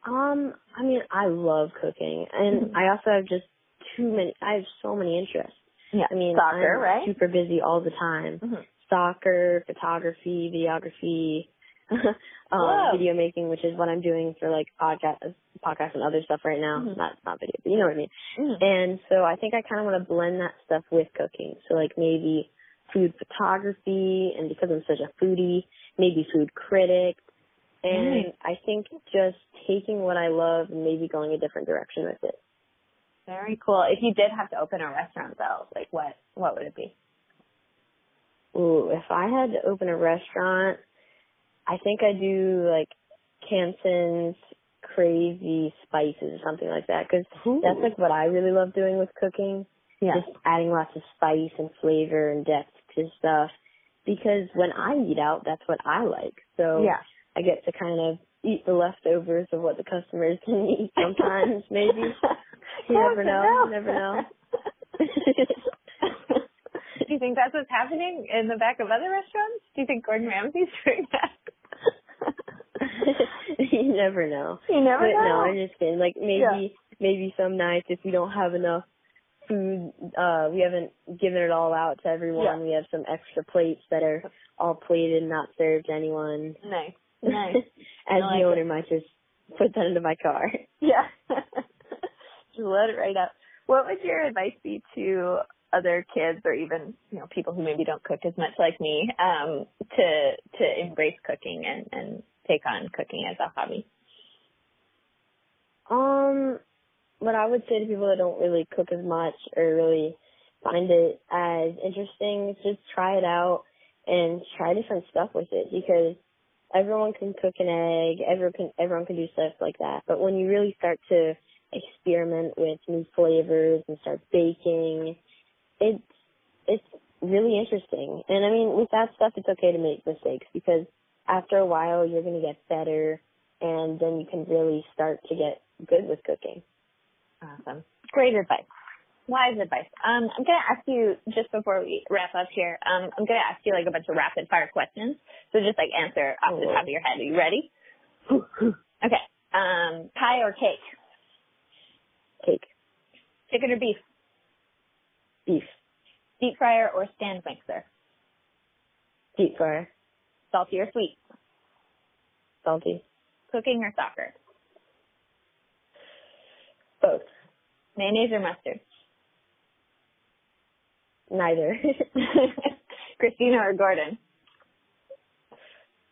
Um, I mean, I love cooking, and I also have just too many. I have so many interests.
Yeah.
I mean,
soccer,
I'm
right?
Super busy all the time.
Mhm.
Soccer, photography, videography, <laughs>
Whoa.
um, video making, which is what I'm doing for like podcast, podcast and other stuff right now.
Mm-hmm.
Not not video, but you know what I mean.
Mhm.
And so I think I kind of want to blend that stuff with cooking. So like maybe food photography, and because I'm such a foodie, maybe food critic. And I think just taking what I love and maybe going a different direction with it.
Very cool. If you did have to open a restaurant, though, like what What would it be?
Ooh, if I had to open a restaurant, I think I'd do like Campson's crazy spices or something like that. Cause that's like what I really love doing with cooking.
Yeah.
Just adding lots of spice and flavor and depth to stuff. Because when I eat out, that's what I like. So
Yeah.
I get to kind of eat the leftovers of what the customers can
<laughs>
eat sometimes, maybe. You
Yeah,
never
I
know. You never know.
<laughs>
<laughs>
Do you think that's what's happening in the back of other restaurants? Do you think Gordon Ramsay's <laughs> doing that?
<laughs> you never know.
you never
but no,
know.
I understand. Like maybe maybe some nights if we don't have enough food, uh, we haven't given it all out to everyone.
Yeah.
We have some extra plates that are all plated, not served to anyone.
nice. <laughs> Nice.
As
I like
the owner might just put that into my car.
yeah. <laughs> Just load it right up. What would your advice be to other kids or even, you know, people who maybe don't cook as much like me, um, to to embrace cooking and, and take on cooking as a hobby?
Um, what I would say to people that don't really cook as much or really find it as interesting is just try it out and try different stuff with it because everyone can cook an egg, everyone can, everyone can do stuff like that. But when you really start to experiment with new flavors and start baking, it's it's really interesting. And I mean, with that stuff, it's okay to make mistakes because after a while, you're going to get better, and then you can really start to get good with cooking.
Awesome. Great advice. Wise advice. Um, I'm going to ask you just before we wrap up here. Um, I'm going to ask you like a bunch of rapid fire questions. So just like answer off the top of your head. Are you ready? okay. Um, pie or cake?
Cake,
Chicken or beef?
beef,
Deep fryer or stand mixer?
deep fryer,
Salty or sweet?
salty,
Cooking or soccer?
both,
Mayonnaise or mustard? <laughs>
neither. <laughs>
Christina or Gordon?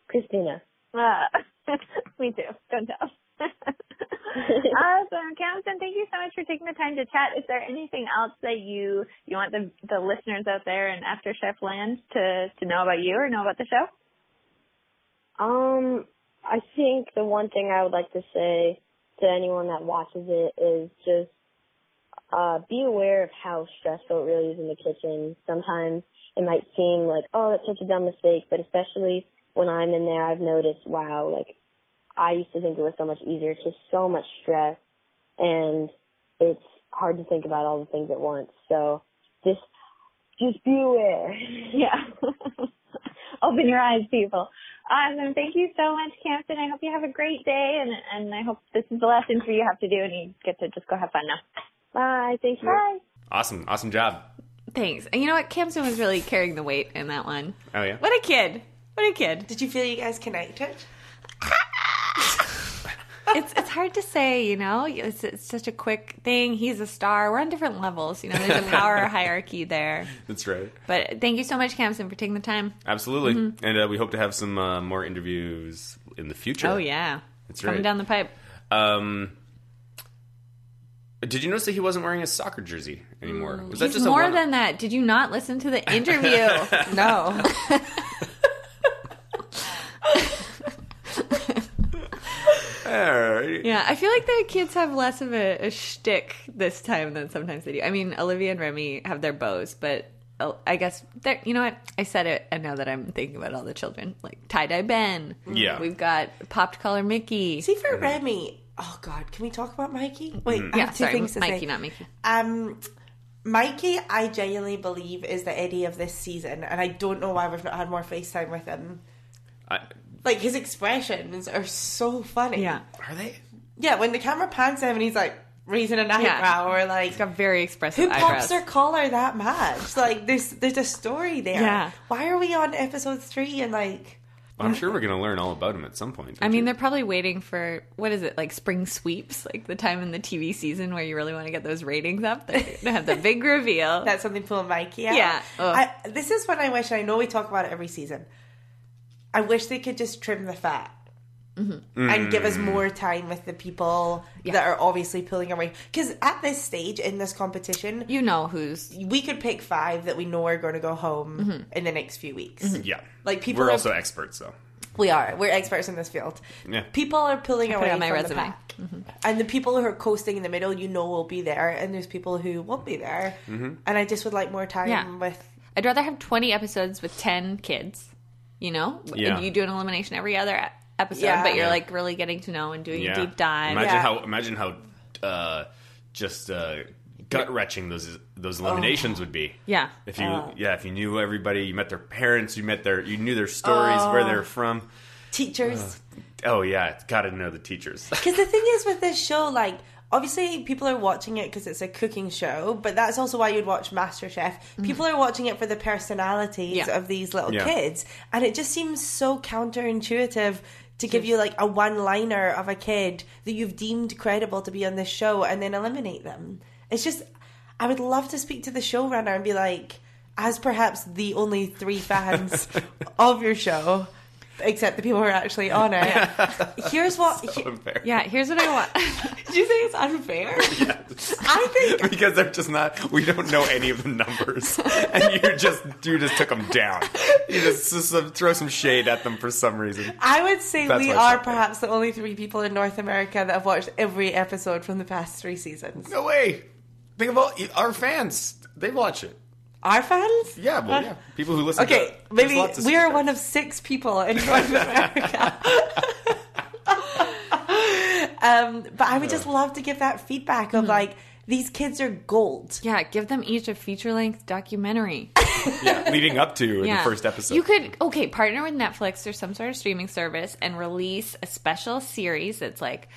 Christina,
Uh, <laughs> me too. Don't tell. awesome, Camden. Thank you so much for taking the time to chat. Is there anything else that you you want the the listeners out there in After Chef Land to to know about you or know about the show?
um, I think the one thing I would like to say to anyone that watches it is just uh, be aware of how stressful it really is in the kitchen. Sometimes it might seem like, oh, that's such a dumb mistake, but especially when I'm in there, I've noticed, wow, like I used to think it was so much easier. It's just so much stress, and it's hard to think about all the things at once. So just just be aware. <laughs>
Yeah. Open your eyes, people. Awesome. Thank you so much, Camden. I hope you have a great day, and and I hope this is the last interview you have to do, and you get to just go have fun now.
Bye. Thank you.
Bye.
Awesome. Awesome job.
Thanks. And you know what? Camson was really carrying the weight in that one.
Oh, yeah.
What a kid. What a
<laughs>
kid.
Did you feel you guys connected?
it's it's hard to say, you know. It's, it's such a quick thing. He's a star. We're on different levels, you know. There's a power hierarchy there.
That's right.
But thank you so much, Camson, for taking the time.
Absolutely.
Mm-hmm.
And uh, we hope to have some uh, more interviews in the future.
Oh yeah,
That's
coming
right.
down the pipe.
Um, did you notice that he wasn't wearing a soccer jersey anymore? Was that
He's
just a
more
one-
than that. Did you not listen to the interview? no.
All right.
Yeah, I feel like the kids have less of a, a shtick this time than sometimes they do. I mean, Olivia and Remy have their bows, but uh, I guess they're- you know what? I said it, and now that I'm thinking about all the children, like tie dye Ben.
Yeah.
we've got popped collar Mickey.
See for Remy. Oh God, can we talk about Mikey? Wait, I
Mm-hmm. yeah,
have two
sorry,
things to
Mikey,
say.
not Mickey.
Um, Mikey, I genuinely believe is the Eddie of this season, and I don't know why we've not had more FaceTime with him.
I-
Like his expressions are so funny.
Yeah,
are they?
yeah. When the camera pans him and he's like raising an eyebrow, or like
got very expressive
who pops
eyebrows.
their collar that much? Like there's there's a story there.
Yeah.
Why are we on episode three and like?
Well, I'm sure we're going to learn all about him at some point.
I mean, they're probably waiting for what is it like spring sweeps, like the time in the TV season where you really want to get those ratings up. They're gonna <laughs> have the big reveal.
That's something pulling Mikey out.
Yeah. Ugh.
I, this is what I wish. I know we talk about it every season. I wish they could just trim the fat
Mm-hmm.
and give us more time with the people that are obviously pulling away. Because at this stage in this competition,
you know who's
we could pick five that we know are going to go home
Mm-hmm.
in the next few weeks.
yeah.
Like people
We're
are-
also experts, though.
We are. We're experts in this field.
Yeah.
People are pulling
put
away
it on my
from the
resume. Mm-hmm.
pack, and the people who are coasting in the middle, you know, will be there, and there's people who won't be there. And I just would like more time
Yeah.
with
I'd rather have 20 episodes with 10 kids, you know?
Yeah.
You do an elimination every other e- episode,
Yeah.
but you're
Yeah.
like really getting to know and doing
Yeah.
a deep dive.
Imagine
Yeah.
how imagine how uh, just uh, gut wrenching those those eliminations would be.
Oh. Yeah. Oh.
If you yeah, if you knew everybody, you met their parents, you met their you knew their stories,
Oh.
where they're from.
teachers.
Oh yeah, got to know the
<laughs>
teachers. <laughs>
Because the thing is with this show, like, obviously people are watching it because it's a cooking show, but that's also why you'd watch MasterChef. People are watching it for the personalities
Yeah.
of these little
Yeah.
kids, and it just seems so counterintuitive to give you like a one liner of a kid that you've deemed credible to be on this show and then eliminate them. It's just, I would love to speak to the showrunner and be like, as perhaps the only three fans of your show, except the people who are actually on it. Here's what
Unfair.
yeah, here's what I
<laughs>
want.
do you think it's unfair? I think
because they're just not we don't know any of the numbers and you just you just took them down you just, just throw some shade at them for some reason
I would say
That's
we
why it's
are
not fair.
perhaps the only three people in North America that have watched every episode from the past three seasons.
no way think of all our fans they watch it
Our fans? Uh,
yeah well yeah people who listen
Okay,
to,
maybe we are one of six people in
<laughs>
North America. um, but I would just love to give that feedback of like these kids are gold.
yeah, give them each a feature length documentary.
yeah, leading up to
Yeah.
the first episode
You could, okay, partner with Netflix or some sort of streaming service and release a special series that's like,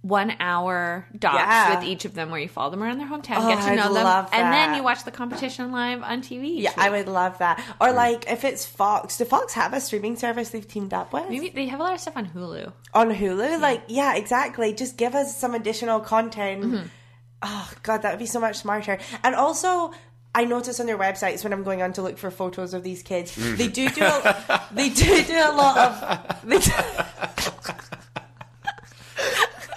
one hour docs
Yeah.
with each of them where you follow them around their hometown,
Oh,
get to
I'd
know them,
love
and then
that.
you watch the competition live on TV. each
Yeah,
week.
I would love that. Or like if it's Fox, do Fox have a streaming service they've teamed up with?
Maybe they have a lot of stuff on Hulu.
on Hulu. Like, yeah, exactly. Just give us some additional content. Oh god, that would be so much smarter. And also, I notice on their websites when I'm going on to look for photos of these kids, they do do a, they do do a lot of. They do, <laughs>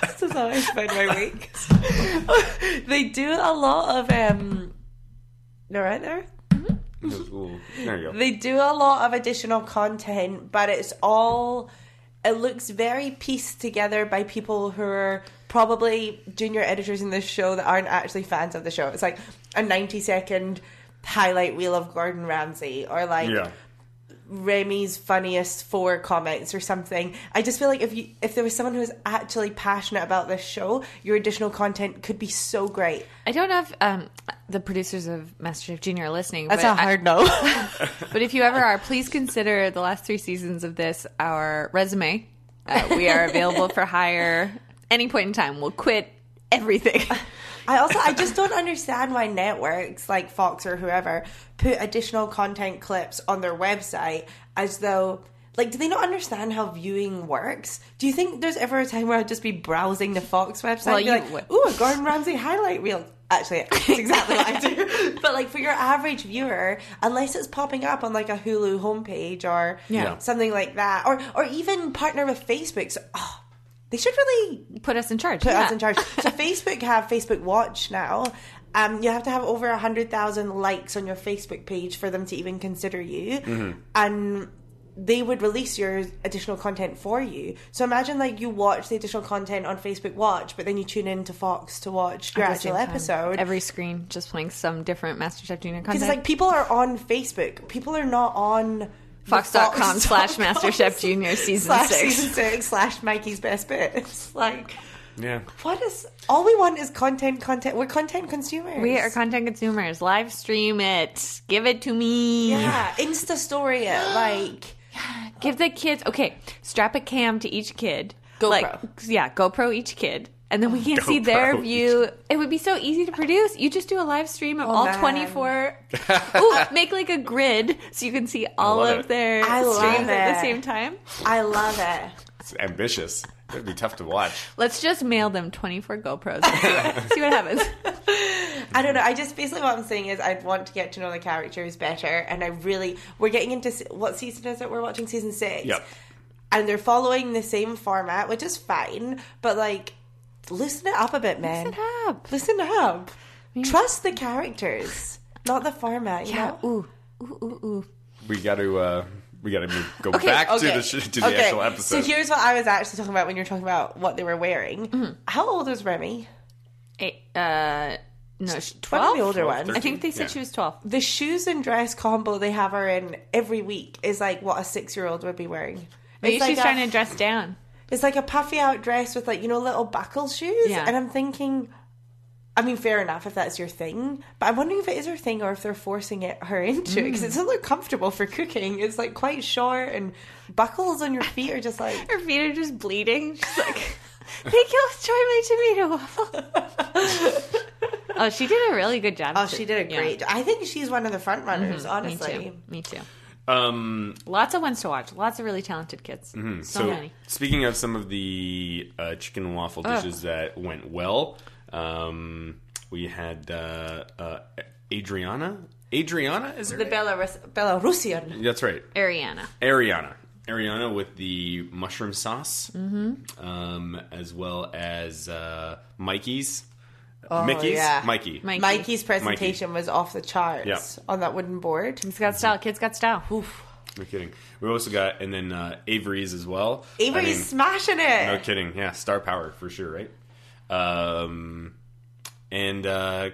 this is how I spend my weeks. <laughs> they do a lot of um. No, right there
Ooh, there you go
they do a lot of additional content, but it's all it looks very pieced together by people who are probably junior editors in this show that aren't actually fans of the show. It's like a 90 second highlight reel of Gordon Ramsay or like
yeah
Remy's funniest four comments or something. I just feel like if you if there was someone who was actually passionate about this show, your additional content could be so great.
I don't know if um, the producers of MasterChef Junior are listening.
That's
but
a hard no.
I, <laughs> But if you ever are, please consider the last three seasons of this our resume. Uh, we are available for hire any point in time. We'll quit everything.
I also I just don't understand why networks like Fox or whoever put additional content clips on their website as though like do they not understand how viewing works? Do you think there's ever a time where I'd just be browsing the Fox website
Well,
and be
you
like,
would.
"Ooh, a Gordon Ramsay highlight reel."
<laughs>
Actually, that's exactly what I do. But like for your average viewer, unless it's popping up on like a Hulu homepage or
Yeah.
something like that, or or even partner with Facebook. So, oh, they should really
<laughs> Put us in charge.
put
Yeah.
us in charge.
<laughs>
So Facebook have Facebook Watch now. Um, you have to have over hundred thousand likes on your Facebook page for them to even consider you,
Mm-hmm.
and they would release your additional content for you. So imagine like you watch the additional content on Facebook Watch, but then you tune in to Fox to watch your
At the same
actual
time.
episode.
Every screen just playing some different MasterChef Junior content.
because it's like people are on Facebook. People are not on the
Fox.com
Fox-
slash MasterChef
<laughs>
Junior season
slash
six.
season six slash Mikey's best bits. Like
Yeah.
What is all we want is content, content. We're content consumers.
We are content consumers. Live stream it. Give it to me.
yeah. Insta story it like
Give the kids okay. Strap a cam to each kid.
GoPro.
yeah, GoPro each kid, and then we can see
<laughs> GoPro
their
each-
view. It would be so easy to produce. You just do a live stream of all
Oh, man.
<laughs>
twenty four. Ooh, make like a grid so you can see all
love
of
it.
their
I love
streams at the
it.
same time.
I love it.
It's ambitious. It'd be tough to watch.
Let's just mail them twenty four GoPros. And see, what, see what
<laughs>
happens.
I don't know. I just basically what I'm saying is I'd want to get to know the characters better, and I really we're getting into se- what season is it? We're watching season six.
Yep.
And they're following the same format, which is fine, but like loosen it up a bit, man.
Listen up.
Listen up. Trust the characters, not the format. You
Yeah.
know?
Ooh. Ooh. Ooh. Ooh.
We got to. Uh, we got to move, go back to the sh- to the
okay.
actual episode.
So here's what I was actually talking about when you're talking about what they were wearing.
Mm-hmm.
How old is Remy?
Eight, uh, no, she-
One of
twelve.
the older
Twelve,
ones.
I think they said
Yeah.
she was twelve.
The shoes and dress combo they have her in every week is like what a six year old would be wearing.
Maybe
it's like
she's
a,
trying to dress down.
It's like a puffy out dress with like you know little buckle shoes,
Yeah.
and I'm thinking. I mean, fair enough if that's your thing, but I'm wondering if it is her thing or if they're forcing it her into
Mm.
it because it's not look comfortable for cooking. It's like quite short, and buckles on your feet are just like
Her feet are just bleeding. She's like, they killed Troy my tomato waffle. <laughs> oh, she did a really good job.
Oh, she did a
Yeah.
great. I think she's one of the front runners,
Me
honestly.
too. Me too.
um,
Lots of ones to watch. Lots of really talented kids. So,
so
many.
speaking of some of the uh, chicken and waffle dishes that went well, um, we had uh, uh, Adriana. Adriana is her
The
name?
Belarus, Belarusian.
That's right.
Ariana.
Ariana. Ariana with the mushroom sauce, mm-hmm. um, as well as uh, Mikey's. Mickey's?
Oh, yeah.
Mikey.
Mikey.
Mikey's presentation was off the charts
Yeah.
on that wooden board.
He's got style. Kids got style.
No kidding. We also got, and then uh, Avery's as well. I
Avery's
mean,
smashing it.
No kidding. Yeah, star power for sure, right? Um, and uh,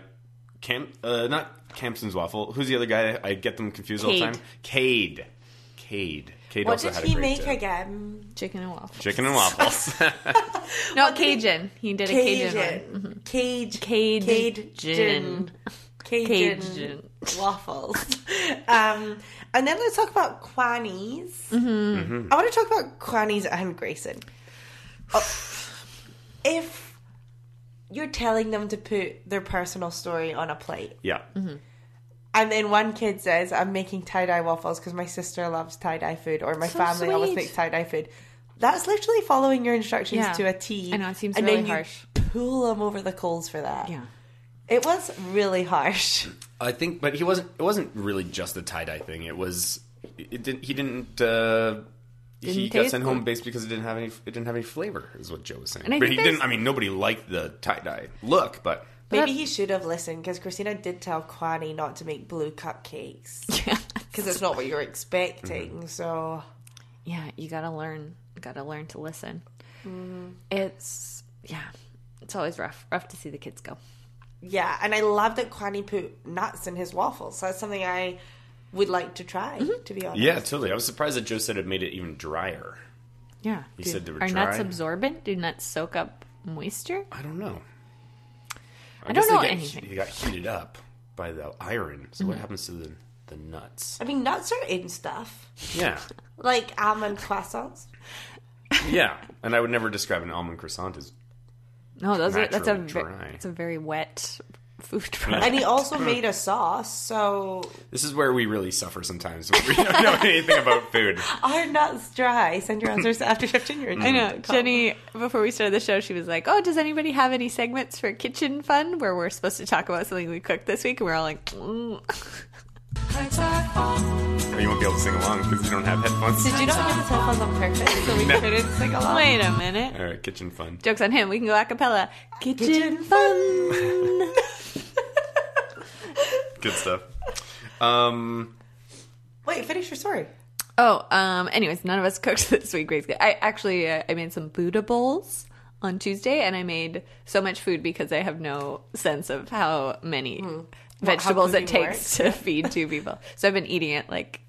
Cam, uh, not Campson's waffle. Who's the other guy? I get them confused all the
Cade.
time. Cade. Cade. Cade
What
also
did
had
he
a great
make
uh,
again?
Chicken and waffle.
Chicken and waffles.
no, Cajun. He did a Cajun, one. Mm-hmm.
Cajun. Cage.
Cajun.
Cajun. Cajun.
Cajun.
Waffles. um, and then let's talk about Quanies.
Mm-hmm.
I want to talk about Quanies and Grayson. Oh, if you're telling them to put their personal story on a plate,
<laughs>
yeah.
Mm-hmm.
And then one kid says, I'm making tie dye waffles because my sister loves tie dye food, or my
So
family always
sweet.
makes tie dye food. That's literally following your instructions
Yeah.
to a T.
I know, it seems
and
really
then you
harsh.
Pull them over the coals for that.
Yeah.
It was really harsh.
I think, but he wasn't. It wasn't really just a tie dye thing. It was. It didn't. He didn't. Uh, he
Didn't
got
taste
sent home
good.
based because it didn't have any. It didn't have any flavor, is what Joe was saying.
And I
but he
think there's-
didn't. I mean, nobody liked the tie dye look, but
Maybe he should have listened because Christina did tell Kwani not to make blue cupcakes
Yeah.
because it's not what you're expecting. So
<laughs> yeah you gotta learn gotta learn to listen
Mm-hmm.
it's yeah it's always rough rough to see the kids go
Yeah, and I love that Kwani put nuts in his waffles. That's something I would like to try.
Mm-hmm.
To be honest,
Yeah, totally. I was surprised that Joe said it made it even drier.
Yeah.
He said they were
Are
dry.
nuts absorbent? Do nuts soak up moisture?
I don't know. I,
don't
guess
know
they get,
anything. Mm-hmm.
They got heated up by the iron. So what happens to the the nuts?
I mean nuts are in stuff
Yeah,
like almond croissants.
yeah. And I would never describe an almond croissant as
No, those are, that's a
Naturally
ve-
dry.
it's a very wet <laughs> food
<laughs>
product.
And he also made a sauce, so
This is where we really suffer sometimes when we <laughs> don't know anything about food.
are nuts dry? Send your answers to after Chef Junior.
Mm.
I know. <laughs> Jenny, before we started the show, she was like, Oh, does anybody have any segments for kitchen fun where we're supposed to talk about something we cooked this week? And we're all like, mm. <laughs>
Or you won't be able to sing along because you don't have headphones.
Did you know I made the headphones on purpose so we couldn't sing along?
Wait a minute.
All right, kitchen fun.
Joke's on him. We can go a cappella. Kitchen fun.
Good stuff. Um,
Wait, finish your story.
oh, um, anyways, none of us <laughs> cooked this week. Basically. I actually uh, I made some Buddha bowls on Tuesday, and I made so much food because I have no sense of Hmm. how many vegetables
how
it
cooking
takes to feed <laughs> two people. So I've been eating it like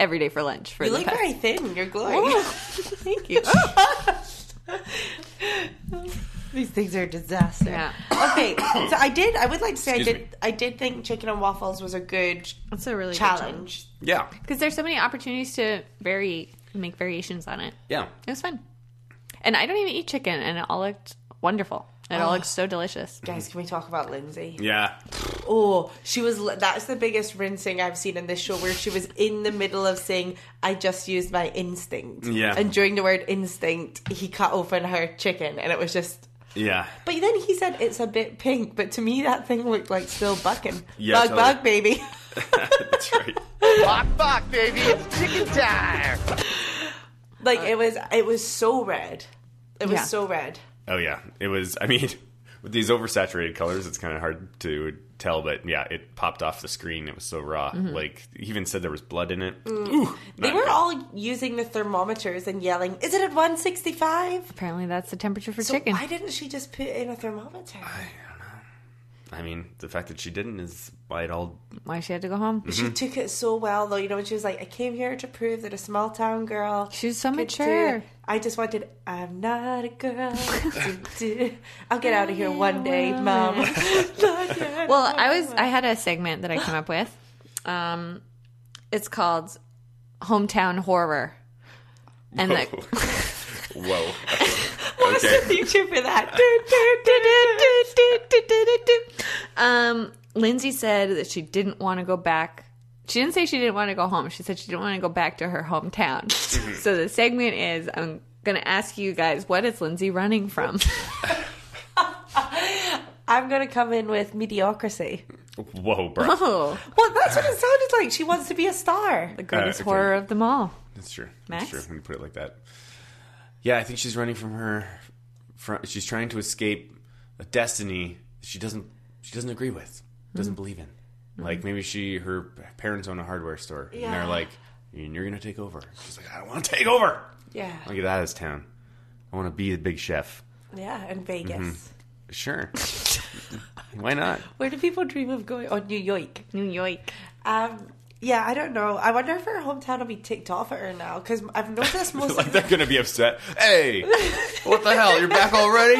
every day for lunch for
You
the
look
past
very thin. You're glowing. <laughs>
Thank you.
These things are a disaster.
Yeah.
Okay, so I did. I would like to say I
Excuse
did.
me.
I did think chicken and waffles was a good
That's a really
challenge.
yeah,
because there's so many opportunities to vary, make variations on it.
yeah.
It was fun, and I don't even eat chicken, and it all looked wonderful. It all looked so delicious.
Guys, can we talk about Lindsay?
Yeah, <laughs>
Oh, she was. That's the biggest rinsing I've seen in this show, where she was in the middle of saying, "I just used my instinct."
Yeah.
And during the word instinct, he cut open her chicken, and it was just.
yeah.
But then he said it's a bit pink, but to me that thing looked like still bucking.
Yeah,
bug,
totally.
bug, baby. <laughs>
That's right.
Like it was. It was so red. It was
Yeah.
so red.
Oh yeah, it was. I mean, <laughs> with these oversaturated colors, it's kind of hard to tell. But yeah, it popped off the screen. It was so raw. Like he even said there was blood in it. Ooh,
Mm-hmm. Mm. They
not
were
good.
all using the thermometers and yelling, "Is it at 165?"
Apparently, that's the temperature for
So
chicken.
why didn't she just put in a thermometer?
I mean, the fact that she didn't is why it all.
Why she had to go home?
She took it so well, though. You know, when she was like, "I came here to prove that a small town girl."
She was so
could
mature.
do- I just wanted. I'm not
<laughs>
a girl. Do, do. I'll get out of here one
<laughs>
day, mom. Oh,
Well, I was I had a segment that I came up with. Um, it's called hometown horror, and like
<laughs>
Whoa.
What's the future for that? Do, do, do.
<laughs> um, Lindsay said that she didn't want to go back. She didn't say she didn't want to go home. She said she didn't want to go back to her hometown. So the segment is I'm going to ask you guys what is Lindsay running from?
I'm gonna come in with mediocrity.
Whoa, bro.
oh,
Well, that's what it sounded like. She wants to be a star.
the greatest
okay.
horror of them all.
That's true. That's
Max?
true. When you put it like that. Yeah, I think she's running from her. From, she's trying to escape a destiny she doesn't. She doesn't agree with. Doesn't believe in. Like maybe she her parents own a hardware store and they're
Yeah.
like, "You're gonna take over." She's like, "I don't want to take over.
Yeah,
I want to get out of this town. I want to be the big chef."
yeah, in Vegas.
Sure. Why not?
Where do people dream of going? On New York.
New York.
Um, yeah, I don't know. I wonder if her hometown will be ticked off at her now because I've noticed
<laughs>
most
Like
of the,
they're gonna be upset. Hey, what the hell? You're back already?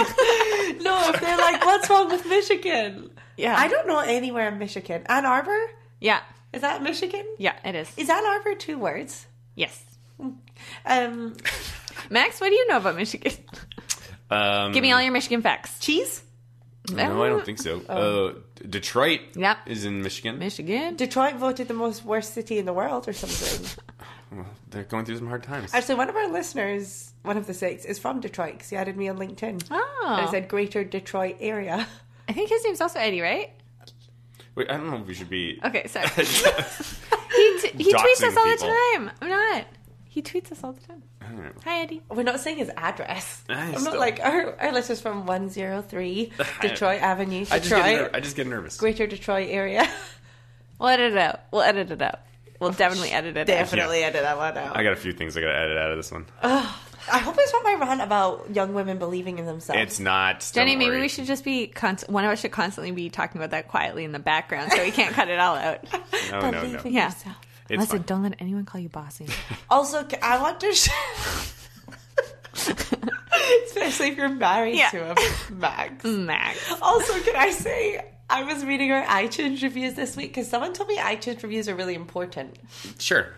no, if they're like, "What's wrong with Michigan?"
Yeah.
I don't know anywhere in Michigan. Ann Arbor
Yeah.
is that Michigan?
Yeah, it is.
Is Ann Arbor two words?
Yes.
Um,
Max, what do you know about Michigan?
Um,
Give me all your Michigan facts.
cheese.
No, I don't think so. Uh, D- Detroit
Yep.
is in Michigan.
Michigan.
Detroit voted the most worst city in the world or something.
Well, they're going through some hard times.
Actually, one of our listeners, one of the six, is from Detroit because he added me on LinkedIn.
Oh.
And it said Greater Detroit area.
I think his name's also Eddie, right?
Wait, I don't know if we should be.
<laughs> Okay, sorry.
<laughs>
he t- he tweets
Doxing
us all
people.
the time. I'm not. He tweets us all the time. Hi, Eddie.
We're not saying his address.
Ah,
I'm
still.
not like our, our list is from 103 Detroit Avenue,
I just, get
Detroit,
ner- I just get nervous.
Greater Detroit area. <laughs>
We'll edit it out. We'll edit it out. We'll definitely edit it out.
Definitely edit that one out.
I
I,
got a few things I got to edit out of this one.
Oh.
hope it's not my rant about young women believing in themselves.
It's not. don't
Jenny, maybe
worry.
we should just be const- one of us should constantly be talking about that quietly in the background so we can't cut it all out.
No, no,
Believe
no.
in
Yeah.
yourself.
It's
Listen,
fine.
don't let anyone call you bossy.
Also, c- I want to. Sh- <laughs> Especially if you're
<laughs>
married
Yeah.
to a Max.
Max.
Also, can I say I was reading our iTunes reviews this week because someone told me iTunes reviews are really important.
<laughs>
Sure.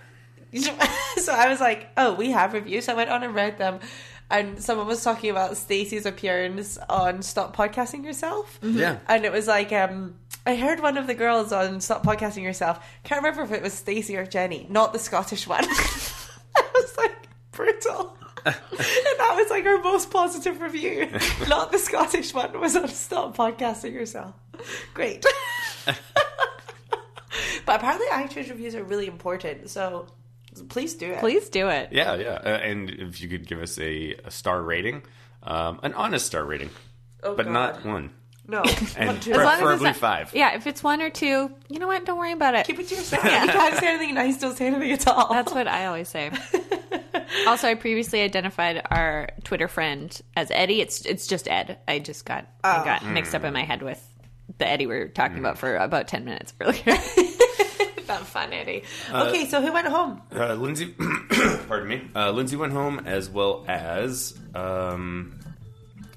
<laughs> so I was like, oh, we have reviews. So I went on and read them. And someone was talking about Stacey's appearance on Stop Podcasting Yourself.
Yeah.
And it was like, um, I heard one of the girls on Stop Podcasting Yourself. Can't remember if it was Stacey or Jenny, not the Scottish one. <laughs> I was like, brutal. and that was like her most positive review. not the Scottish one was on Stop Podcasting Yourself. Great. but apparently, iTunes reviews are really important. So please do it.
Please do it.
Yeah, yeah. Uh, and if you could give us a, a star rating, um, an honest star rating,
Oh,
but
God.
not one,
No.
and
Not too-
long as it's
preferably
not-
five.
<laughs> Yeah, if it's one or two, you know what? Don't worry about it.
Keep it to yourself. You can't say anything nice, don't say anything at all.
That's what I
<laughs>
always say. also, I previously identified our Twitter friend as Eddie. It's it's just Ed. I just got
Oh.
I got mixed up in my head with the Eddie we were talking about for about ten minutes
<laughs>
earlier.
that fun, Eddie. okay, so who went home?
Uh, Lindsay, <clears throat> pardon me. Uh, Lindsay went home as well as um,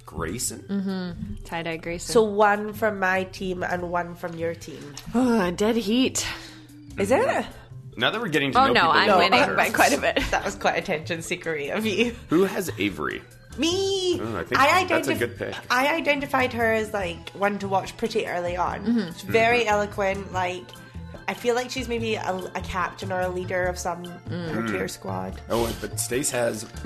Grayson.
Mm-hmm. Tie dye Grayson.
So one from my team and one from your team. Oh,
Ugh, dead heat.
Is it?
Now that we're getting to
Oh
know
no,
people
I'm
who
winning
observe.
by quite a bit.
That was quite attention seekery of you.
Who has Avery?
Me.
Oh, I think that's a good pick.
I identified her as like one to watch pretty early on. She's very eloquent. Like I feel like she's maybe a, a captain or a leader of some particular squad.
Oh, but Stace has. <clears throat>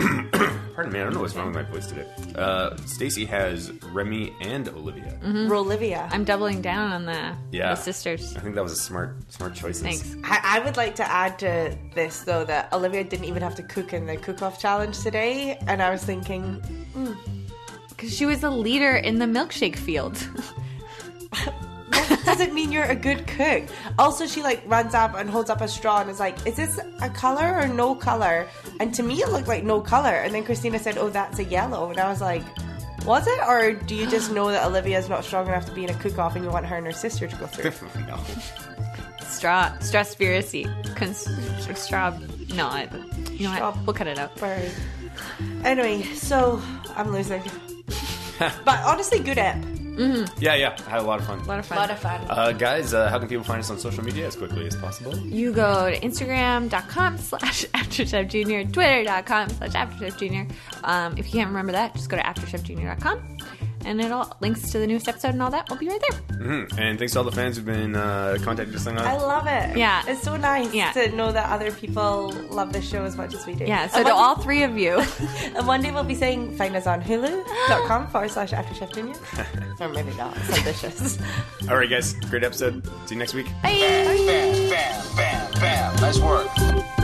pardon me, I don't know what's wrong with my voice today. Uh, Stacy has Remy and Olivia.
Mm-hmm. Mm. Rolivia.
I'm doubling down on the,
Yeah.
the sisters.
I think that was a smart, smart choices.
Thanks.
I, I would like to add to this though that Olivia didn't even have to cook in the cook-off challenge today, and I was thinking,
Because she was a leader in the milkshake field.
doesn't mean you're a good cook. Also, she like runs up and holds up a straw and is like, "Is this a color or no color?" And to me, it looked like no color. And then Christina said, "Oh, that's a yellow," and I was like. Was it, or do you just know that Olivia's not strong enough to be in a cook-off, and you want her and her sister to
<laughs>
go through?
no.
Straw, strawspiracy. Cons- straw. No, I, you know what?
Straw-
We'll cut it out.
Sorry. Anyway, so I'm losing, but honestly, good app,
<laughs> Yeah, yeah. I had a lot of fun.
A lot of fun.
lot of fun.
Uh, guys, uh, how can people find us on social media as quickly as possible?
You go to Instagram.com slash <laughs> AfterChefJunior, Twitter.com slash AfterChefJunior. Um, if you can't remember that, just go to AfterChefJunior.com and it'll links to the newest episode and all that will be right there.
Mm-hmm. And thanks to all the fans who've been uh, contacting us on.
I love it.
Yeah.
It's so nice
Yeah.
to know that other people love the show as much as we do.
Yeah, so
and
to
one,
all three of you, <laughs>
<laughs> And one day we'll be saying, find us on hulu.com forward slash after chef junior. or maybe not. It's ambitious.
all right, guys. Great episode. See you next week.
bye!
Bam, bam, bam, bam. Nice work.